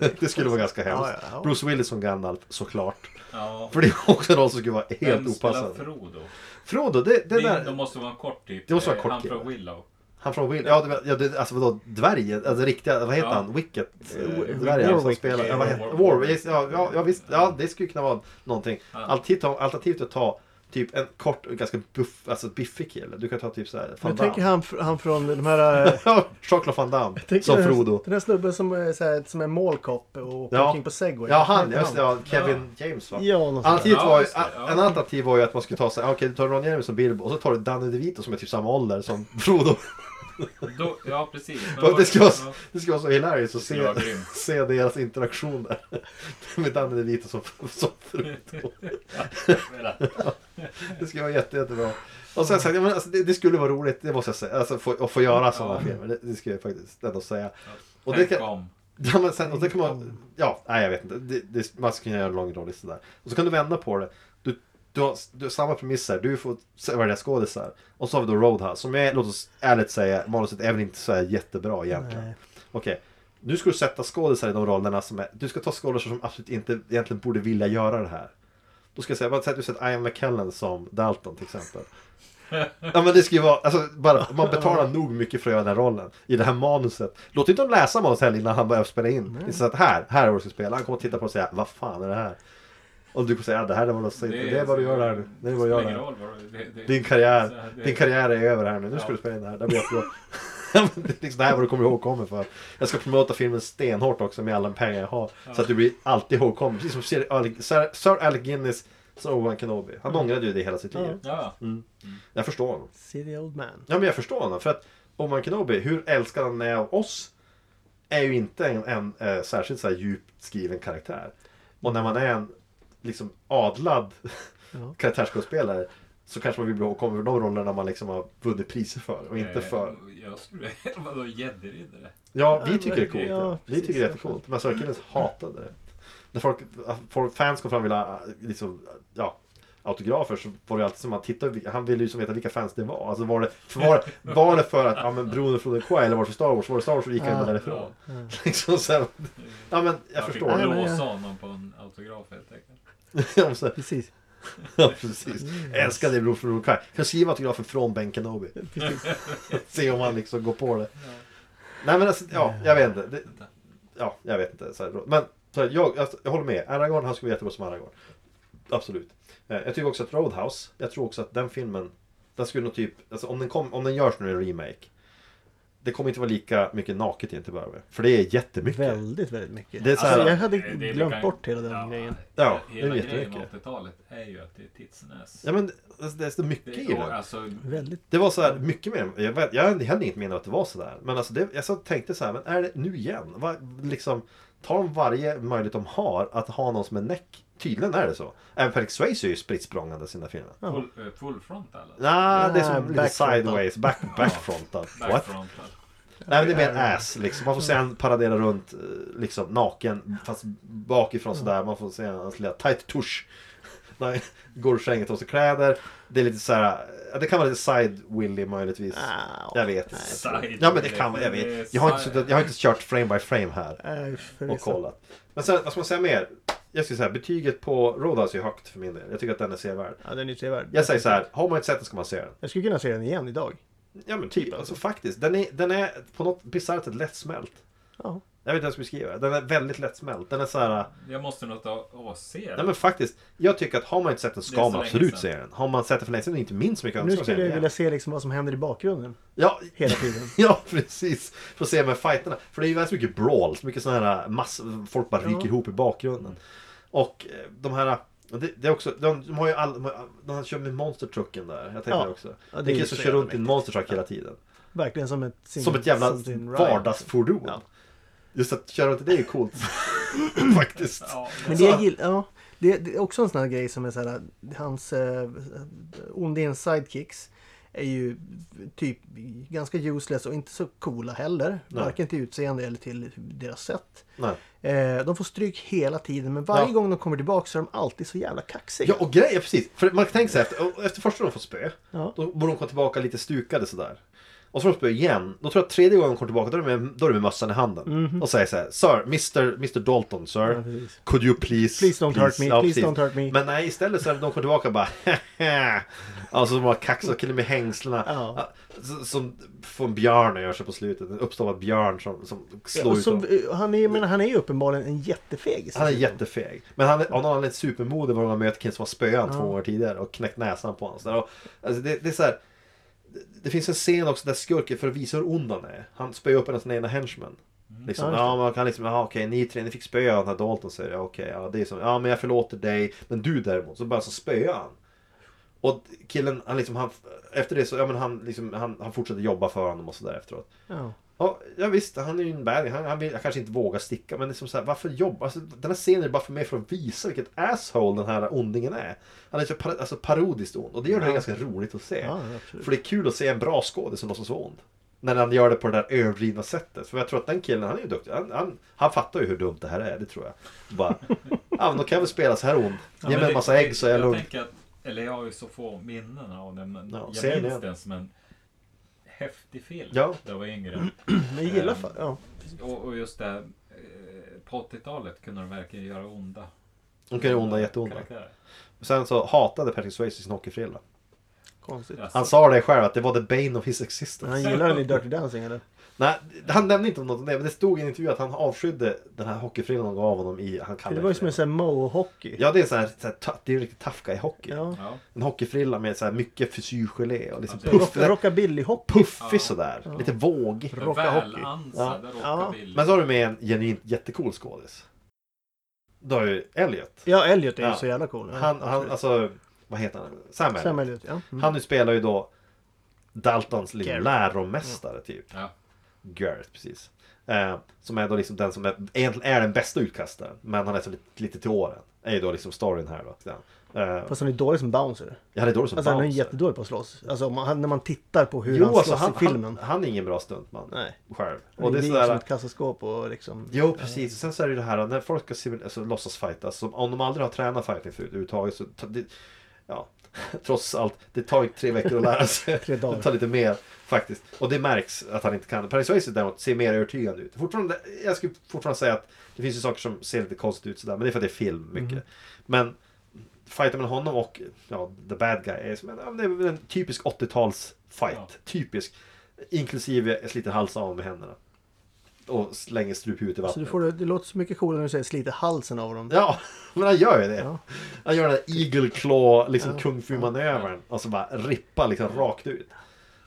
Eh, Det skulle vara ganska hemskt. Ja, ja, ja. Bruce Willis som Gandalf såklart. ja. För det är också en roll som skulle vara helt Vem spelar opassande. Frodo? Frodo, det, det Det, de där... måste vara en kort typ. Det måste vara en Eh, kort Han kille. från Willow. Han från Will... Ja, det, ja det, alltså vadå? Dvärgen? Alltså riktiga... Vad heter Ja. han? Wicket? eh, Warwick. Dvärgen som spelar... Ja, vad heter... Warwick. Warwick. Ja, ja, ja, visst. Ja, det skulle kunna vara någonting. Ja. Alternativt alternativt att ta typ en kort och ganska buff... Alltså biffig kille. Du kan ta typ såhär... Jag tänker han, fr- han från de här... eh, Ja, Jean-Claude Van Damme tänker som den här- Frodo. Den här snubben som är, så här, som är målkopp och åker Ja. omkring på segway. Ja, han. Heter Just det, ja, Kevin James va? Ja, något sånt där. Alternativet var ju, Ja, just det, ja. En alternativ var ju att man skulle ta sig, okej du tar Ron Jeremy som Bilbo och så tar du Danny DeVito som är typ samma ålder som Frodo. Då, ja, precis. Men Och vad- det, skulle vara, ja. det skulle vara så hilariskt att skulle se, vara grymt. se deras interaktion där. Med Danny DeVito som, som Frodo. Det skulle vara jätte, jättebra. Och sen, sen, ja, men, alltså, det, det skulle vara roligt, det måste jag säga. Alltså, få, att få göra sådana Ja. filmer, det, det skulle jag faktiskt ändå säga. Och Och det det kan- om. Ja, men sen, och det kan man, ja, nej jag vet inte. Det, det, man ska kunna göra en lång roll i sådär. Och så kan du vända på det. Du, du, har, du har samma premisser, du får se- välja skådisar. Och så har vi då Roadhouse, som är, låt oss ärligt säga, manuset är väl inte så här jättebra egentligen. Nej. Okej, nu ska du sätta skådisar i de rollerna som är, du ska ta skådisar som absolut inte egentligen borde vilja göra det här. Då ska jag säga, bara säg att du sätter Ian McKellen som Dalton till exempel. Ja men det ska ju vara, alltså bara, man betalar nog mycket för att göra den här rollen i det här manuset. Låt inte dem läsa manuset heller innan han börjar spela in. Det är så att här, här är vad du ska spela. Han kommer att titta på det och säga, vad fan är det här? Och du kommer säga, ja, det här är vad du, det, det är vad du gör här nu. Det är vad du gör spelar här. ingen roll vad du- det- det- Din så karriär, här, det- din karriär är över här nu. Nu ska Ja. du spela in det här. Det här blir jättebra. Ja, men det är liksom det här är vad du kommer ihågkommen för. Jag ska promota filmen stenhårt också med alla pengar jag har. Så att du blir alltid ihågkommen. Precis som Sir Alec- Sir- Sir Alec Guinness som Owen Kenobi. Han ångrade ju det hela sitt liv. Mm. Ja, Jag förstår honom. City Old Man. Ja men jag förstår honom. För att Oman Kenobi, hur älskad han är av oss, är ju inte en, en eh, särskilt så här djupt skriven karaktär. Och när man är en liksom adlad Ja. karaktärsskådespelare så kanske man vill bli ihågkommen för de rollerna man liksom har vunnit priser för och inte eh, för... Jag skulle... Vadå, gäddriddare? Ja, Ja, vi tycker det är coolt. ja, Ja. Vi tycker det är precis. jättecoolt. Men Sörkillens hatade det. När folk, folk, fans kom fram och ville ha, liksom, ja, autografer så var det alltid som man tittade, han ville ju som veta vilka fans det var. Alltså var det, för var, var det för att, ja men Bruno från the eller var det för Star Wars? Var det Star Wars så gick han bara Ja. därifrån. Liksom så här, ja men jag förstår. fick Ja, men blåsa jag- honom på en autograf helt enkelt. Ja, så här, Precis. ja precis. Älskar dig Bruno från the Kan jag skriva autografen från Ben Kenobi? Precis. Se om han liksom går på det. Nej men alltså, ja, jag vet inte. Det, ja, jag vet inte. Så här, men så här, jag, alltså, jag håller med. Aragorn, han skulle vara jättebra som Aragorn. Absolut. Eh, Jag tycker också att Roadhouse, jag tror också att den filmen, den skulle nog typ, alltså om den, kom, om den görs nu i en remake, det kommer inte vara lika mycket naket till att börja med. För det är jättemycket. Väldigt, väldigt mycket. Det är så här- alltså, jag hade Det- det- glömt det kan- bort hela den ja, grejen. Ja, det Hela vet grejen jag med inte. 80-talet är ju att det är tidsnäs. Ja men alltså, det är så mycket Det, i och, den. alltså, Väldigt. Det var så här mycket mer. Jag, vet, jag hade inget minne av att det var så där. Men alltså det, jag så tänkte så här, men är det nu igen? Va, liksom, tar de varje möjlighet de har att ha någon som är näck Tydligen är det så. Även Patrick Swayze är ju spritt språngande i sina filmer. Nej, Full, eh, full front eller? det är som Nej, lite backfrontad. sideways, back, backfrontad. What? Backfrontad. Nej, men det är mer ass liksom. Man får se han paradera runt eh, liksom naken fast bakifrån sådär. Man får se hans lilla tight tush. Nej, går ur sängen tar av sig kläder. Det är lite så här. ja, Det kan vara lite side willy möjligtvis. Ah, jag vet. Side Ja men det kan vara. Jag vet. Jag har inte, suttit- jag har inte kört frame by frame här Nej, och förvisso. kollat. Men sen, vad ska man säga mer? Jag skulle säga betyget på Roadhouse är högt för min del. Jag tycker att den är sevärd. Ja, den är ju trevärd. Jag säger så här, har man inte sett den ska man se den. Jag skulle kunna se den igen idag. Ja men typ, alltså faktiskt. Den är, den är på något bisarrt sätt lättsmält. Ja. Jag vet inte hur jag ska beskriva det. Den är väldigt lättsmält. Den är så här... Jag måste nog ta och se Nej den. men faktiskt. Jag tycker att har man inte sett den Det är ska så man länge absolut sedan. se den. Har man sett den för länge sedan och inte minns så mycket Nu ska man se skulle jag den vilja igen. se liksom vad som händer i bakgrunden Ja, hela tiden. ja precis. För att se med fighterna. För det är ju väldigt mycket brawl. Så mycket sådana här äh, mass... Folk bara ryker Ja. ihop i bakgrunden. Och eh, de här... Det, det är också, de, de har ju all, de har- de kör med monstertrucken där. Jag tänkte Ja. det också. Ja, det är det är ju som så kör jävla runt i en monstertruck hela tiden. Verkligen som ett... Sin, Som ett jävla som sin ride. vardagsfordon. Ja. Just att köra runt i det är ju coolt. Faktiskt. Ja, Men det Alltså. jag gillar... Ja, det, det är också en sån här grej som är så här... Hans... Eh, Ondins sidekicks är ju typ ganska useless och inte så coola heller. Nej. Varken till utseende eller till deras sätt. Nej. Eh, de får stryk hela tiden men varje Ja. gång de kommer tillbaka så är de alltid så jävla kaxiga. Ja och grejen, precis. För man kan tänka sig efter, och efter första de får spö, Ja. då borde de komma tillbaka lite stukade sådär. Och så får de spö igen. Då tror jag att tredje gången de kommer tillbaka, då är de med, då är de med mössan i handen. Och säger så här, Sir, Mr, Mr Dalton, sir. Mhm. Ja, precis. could you please... Please don't hurt me, please don't hurt me. Men nej, istället så är det de kommer tillbaka och bara "Haha." Alltså de har kaxat till och med hängslena. Ja. Som- Som får en björn och gör sig på slutet. En uppståvad björn som, som slår och ut som, dem. eh, han, är, ju- men han är ju uppenbarligen en jättefegis. Han är jättefeg. Men han är, av någon anledning supermodig var de har mött killen som har spöat honom två gånger tidigare och knäckt näsan på honom. Så där. Och, alltså det, det är så här, det, det finns en scen också där skurken, för att visa hur ond han är, han spöar upp en av sina egna henchmen. Liksom, Mm. Ja, ja, just det. man kan liksom, ja okej ni tre, ni fick spöa den här Dalton säger jag, okej, ja det är som, ja men jag förlåter dig, men du däremot, så börjar han spöa han. Och killen, han liksom, han, efter det så, ja men han liksom, han, han fortsätter jobba för honom och sådär efteråt. Ja. Ja, ja visst, han är ju en bad han, han vill han kanske inte vågar sticka men liksom så här, varför jobba? Alltså, den här scenen är bara för mig för att visa vilket asshole den här ondingen är. Han är så par, alltså parodiskt ond och det gör det ganska roligt att se. Ja, absolut. för det är kul att se en bra skådis som låtsas vara ond. När han gör det på det där överdrivna sättet. För jag tror att den killen, han är ju duktig. Han, han, han fattar ju hur dumt det här är, det tror jag. Bara, ja men då kan jag väl spela så här ond. Ge mig en massa ägg så är jag lugn. tänker att, eller jag har ju så få minnen av den. Men Ja, ser jag ni minns den? den som en häftig film. Ja. Där jag var yngre. Men jag Eh. gillar fa- ja. Och, och just det. här, eh, På 80-talet kunde de verkligen göra onda. De kan ju onda jätteonda. karaktärer. Sen så hatade Patrick Swayze sin hockeyfrilla. Konstigt. Jaså. Han sa det själv att det var the bane of his existence. Men han gillar den i Dirty Dancing eller? Nej, han nämnde inte något om det, men det stod i en intervju att han avskydde den här hockeyfrillan de gav honom i... Han Det kallade var ju som en det. sån här Moe-hockey. Ja, det är så här, så här, ta- det är ju riktigt tough guy hockey. Ja. Ja. En hockeyfrilla med så här mycket fysyrgelé och liksom Ja, det- puff, Alltså, Rock- Rockabilly-hockey. puffig sådär. Lite våg. Rocka hockey. Välansad Ja. rockabilly. Men så har du med en genuint jättecool skådis. Då har du Elliot. Ja, Elliot är ju Ja. så jävla cool. Ja, Han, han absolut. alltså, vad heter han? Sam Elliot. Sam Elliot, ja. Mm. Han nu spelar ju då Daltons lilla Garrett. läromästare Mm. typ. Ja. Garrett, precis. Eh, som är då liksom den som är, egentligen är den bästa utkastaren. Men han är så lite, lite till åren. Är ju då liksom storyn här då. Den. Eh, Fast han är dålig som bouncer. han är dålig som Alltså han är bouncer. jättedålig på att slåss. Alltså om han, när man tittar på hur Jo, han slåss alltså han, i filmen. han, han är ingen bra stuntman. Nej. Själv. Han Och det är som sådär, ett kassaskåp och liksom... Jo, precis. Och sen så är det ju det här när folk ska simul- alltså, låtsas fightas. Som, om de aldrig har tränat fighting förut överhuvudtaget så... ta- Det, ja, trots allt. Det tar ju tre veckor att lära sig. Tre dagar. Det tar lite mer faktiskt. Och det märks att han inte kan. Paris Swayze däremot ser mer övertygande ut. Fortfarande, jag skulle fortfarande säga att det finns ju saker som ser lite konstigt ut sådär. Men det är för att det är film mycket. Mm. Men fighten mellan honom och ja, the bad guy är som en, ja, men det är väl en typisk 80-tals fight. Ja. Typisk. Inklusive jag sliter halsen av med händerna. Och slänger struphuvudet i vattnet. Så du får, det- det låter så mycket coolare när du säger sliter halsen av dem. Ja, men han gör ju det. Ja. Han gör den där Eagle Claw, liksom kung fu-manövern. Och så bara rippa liksom rakt ut.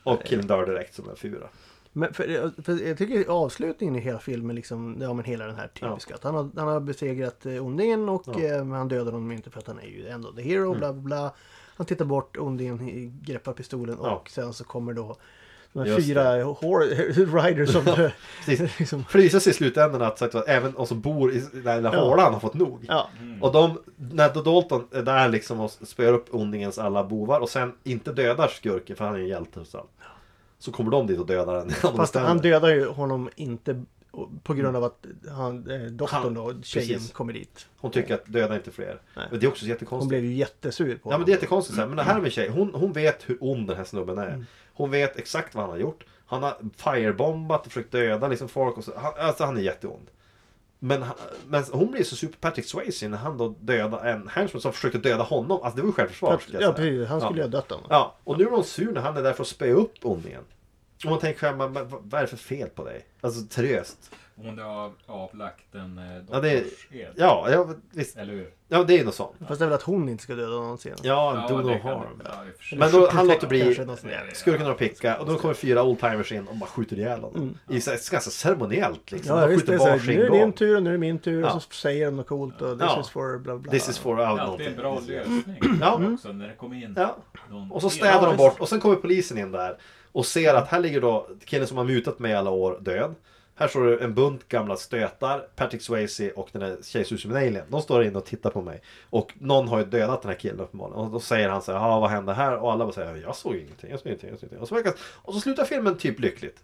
Och killen dör direkt som en fura. Men för, för jag tycker avslutningen i hela filmen, liksom, ja men hela den här typiska. Att han, har, han har besegrat eh, ondingen och Ja. Mm. eh, men han dödar honom inte för att han är ju ändå the hero, bla bla bla. Han tittar bort, ondingen greppar pistolen och Ja. sen så kommer då De här Just fyra hor- riders of the... Precis. liksom, För det visar sig i slutändan att sagt, var, även de som bor i den här lilla Ja. hålan har fått nog. ja. Och de, när Dalton är där liksom och spöar upp ondingens alla bovar och sen inte dödar skurken, för han är ju en hjälte och så. Så kommer de dit och dödar den. Fast han dödar ju honom inte på grund av att han, eh, dottern Mm. Han- då, tjejen, precis. kommer dit. Hon tycker att döda inte fler. Nej. Men det är också Hon jättekonstigt. blev ju jättesur på Ja honom. men det är jättekonstigt. Så här, Men Mm. det här med tjej, hon, hon vet hur ond den här snubben är. Hon vet exakt vad han har gjort. Han har firebombat och försökt döda liksom folk. Och så. Han, alltså han är jätteond. Men, han- men hon blir så super Patrick Swayze när han då dödar en henchman som försökte döda honom. Alltså det var ju självförsvar. skulle jag Ja, säga. precis. Han skulle ju ha dött honom. Ja, och nu är hon sur när han är där för att spöa upp ondingen. Och man tänker själv, men vad vad är det för fel på dig? Alltså seriöst. Hon har av, avlagt en eh, Ja, det är, doktorsed. ja, ja visst. Eller hur? Ja, det är något sånt. Fast det är väl att hon inte ska döda någon senare. Ja, do no det kan- harm. ja, i och för sig. Men då, han låter bli, Kanske något sånt där. skurken har picka och då kommer fyra oldtimers in och bara skjuter ihjäl honom. I så här, ganska ceremoniellt liksom. Mm. Ja, de visst. Det skjuter är så varsin här, nu är typ- det din gång. tur och nu är det min tur. Ja. Och så säger de något coolt och this Ja. is for bla bla. This is for out Ja, det är någonting. en bra lösning Ja. också när det kommer in Ja. någon Och så del. städar de visst. bort och sen kommer polisen in där och ser att här ligger då killen som har mutat mig i alla år död. Här står det en bunt gamla stötar, Patrick Swayze och den där tjejsusen med alien. De står inne och tittar på mig. Och någon har ju dödat den här killen uppenbarligen. Och då säger han så här, ja vad hände här? Och alla bara säger, jag såg ingenting, jag såg ingenting, jag såg ingenting. Och så, verkar, och så slutar filmen typ lyckligt.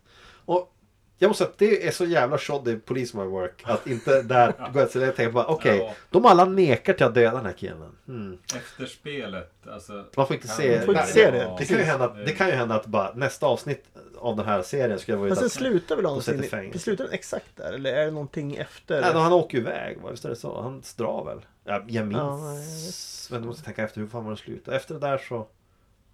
Och jag måste säga att det är så jävla shoddy policeman work att inte där gå till det och tänka bara okej, Ja. de alla nekar till att döda den här killen. Hmm. Efterspelet, alltså. Man får inte kan- se, Man får inte se det. Det Precis. kan ju hända, att- det kan ju hända att bara, nästa avsnitt av den här serien skulle vara Fast den att, slutar väl någonsin? sätter fängelse. Det slutar den exakt där? Eller är det någonting efter? nej, då han åker ju iväg, va? visst är det så? Han drar väl? Ja, jag minns... Ja, jag vet. men du måste tänka efter hur fan var det slutade. Efter det där så...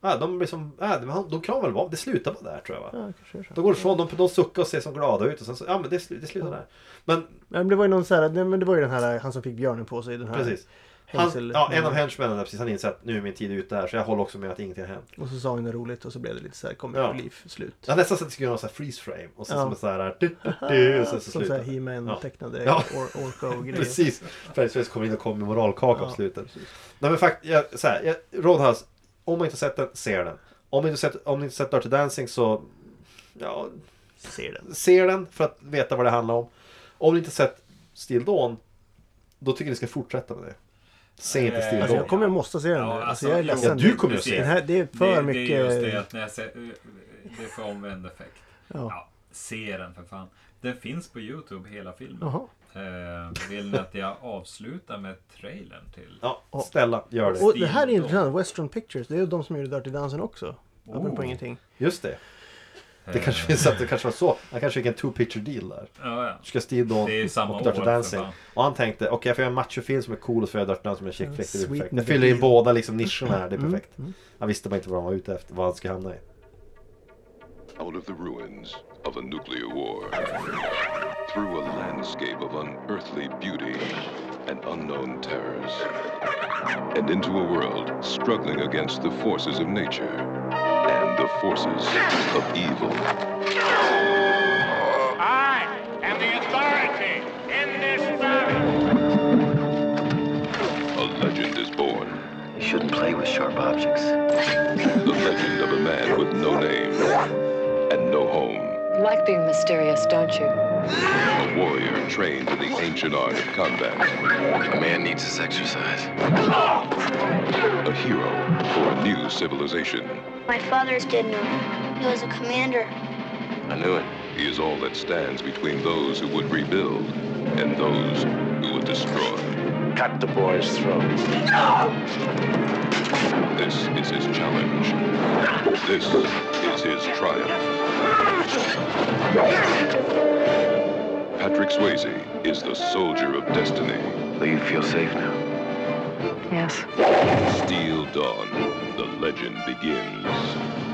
Ja, de blir som... Ja, de, han- de kan väl vara... Det slutar bara där tror jag va? Ja, kanske det är så. Då går det ifrån, de, de suckar och ser som glada ut och sen så... Ja men det, slu- det slutar där. Men Men det var ju någon så här, nej, men det var ju den här, han som fick björnen på sig. Den här precis. Han, hängsel- ja, en av henchmännen där precis, han inser att nu är min tid ute här så jag håller också med att ingenting har hänt. Och så sa han något roligt och så blev det lite så här comic Ja. relief slut. Det är nästan så att det skulle göra en sån här freeze frame och sen Ja. som en sån här... Du, du, du, och sen så Som så slutar här det. He-Man Ja. tecknade Ja. or, Orca och grejer. Precis! Fredrik Svensson kommer in och kommer med moralkaka Ja, på slutet. Nej men faktiskt, jag, så här, jag, Roadhouse, om man inte sett den, se den. Om ni inte sett, om ni inte sett Dirty Dancing så, ja, Ser den. se den för att veta vad det handlar om. Om ni inte sett Still Dawn, då tycker jag ni ska fortsätta med det. Se inte Still Eh, Alltså Dawn. jag kommer måste se den nu. Ja, Alltså, alltså, jag är jo, ledsen. du kommer att det, se här, det är för det, Det mycket... är just det att när jag ser, det är för omvänd effekt. Ja. Ja, se den för fan. Den finns på Youtube hela filmen. Jaha. Eh, vill ni att jag avslutar med trailern till? Ja, Stella, gör det. Och det här är intressant. Western Pictures, det är ju de som gjorde Dirty Dancing också. Apropå Oh. ingenting. Just det. Det kanske finns att det kanske var så. Han kanske fick en two picture deal där. Ja, ja. Du ska Still Dawn Det är ju samma och år, Dirty för Dancing. fan. Och han tänkte, okej jag får göra en machofilm som är cool och så får jag göra Dirty Dancing som en chick flick. Det är Sweet perfekt. and Jag fyller in the båda liksom nischerna här, det är perfekt. Han visste bara inte vad han var ute efter, vad han skulle hamna i. out of the ruins of a nuclear war, through a landscape of unearthly beauty and unknown terrors, and into a world struggling against the forces of nature and the forces of evil. I am the authority in this valley. A legend is born. You shouldn't play with sharp objects. The legend of a man with no name and no home. You like being mysterious, don't you? A warrior trained in the ancient art of combat. A man needs his exercise. A hero for a new civilization. My father's didn't. He was a commander. I knew it. He is all that stands between those who would rebuild and those who would destroy. Cut the boy's throat. This is his challenge. This is his triumph. Patrick Swayze is the soldier of destiny. Do you feel safe now? Yes. Steel Dawn, the legend begins.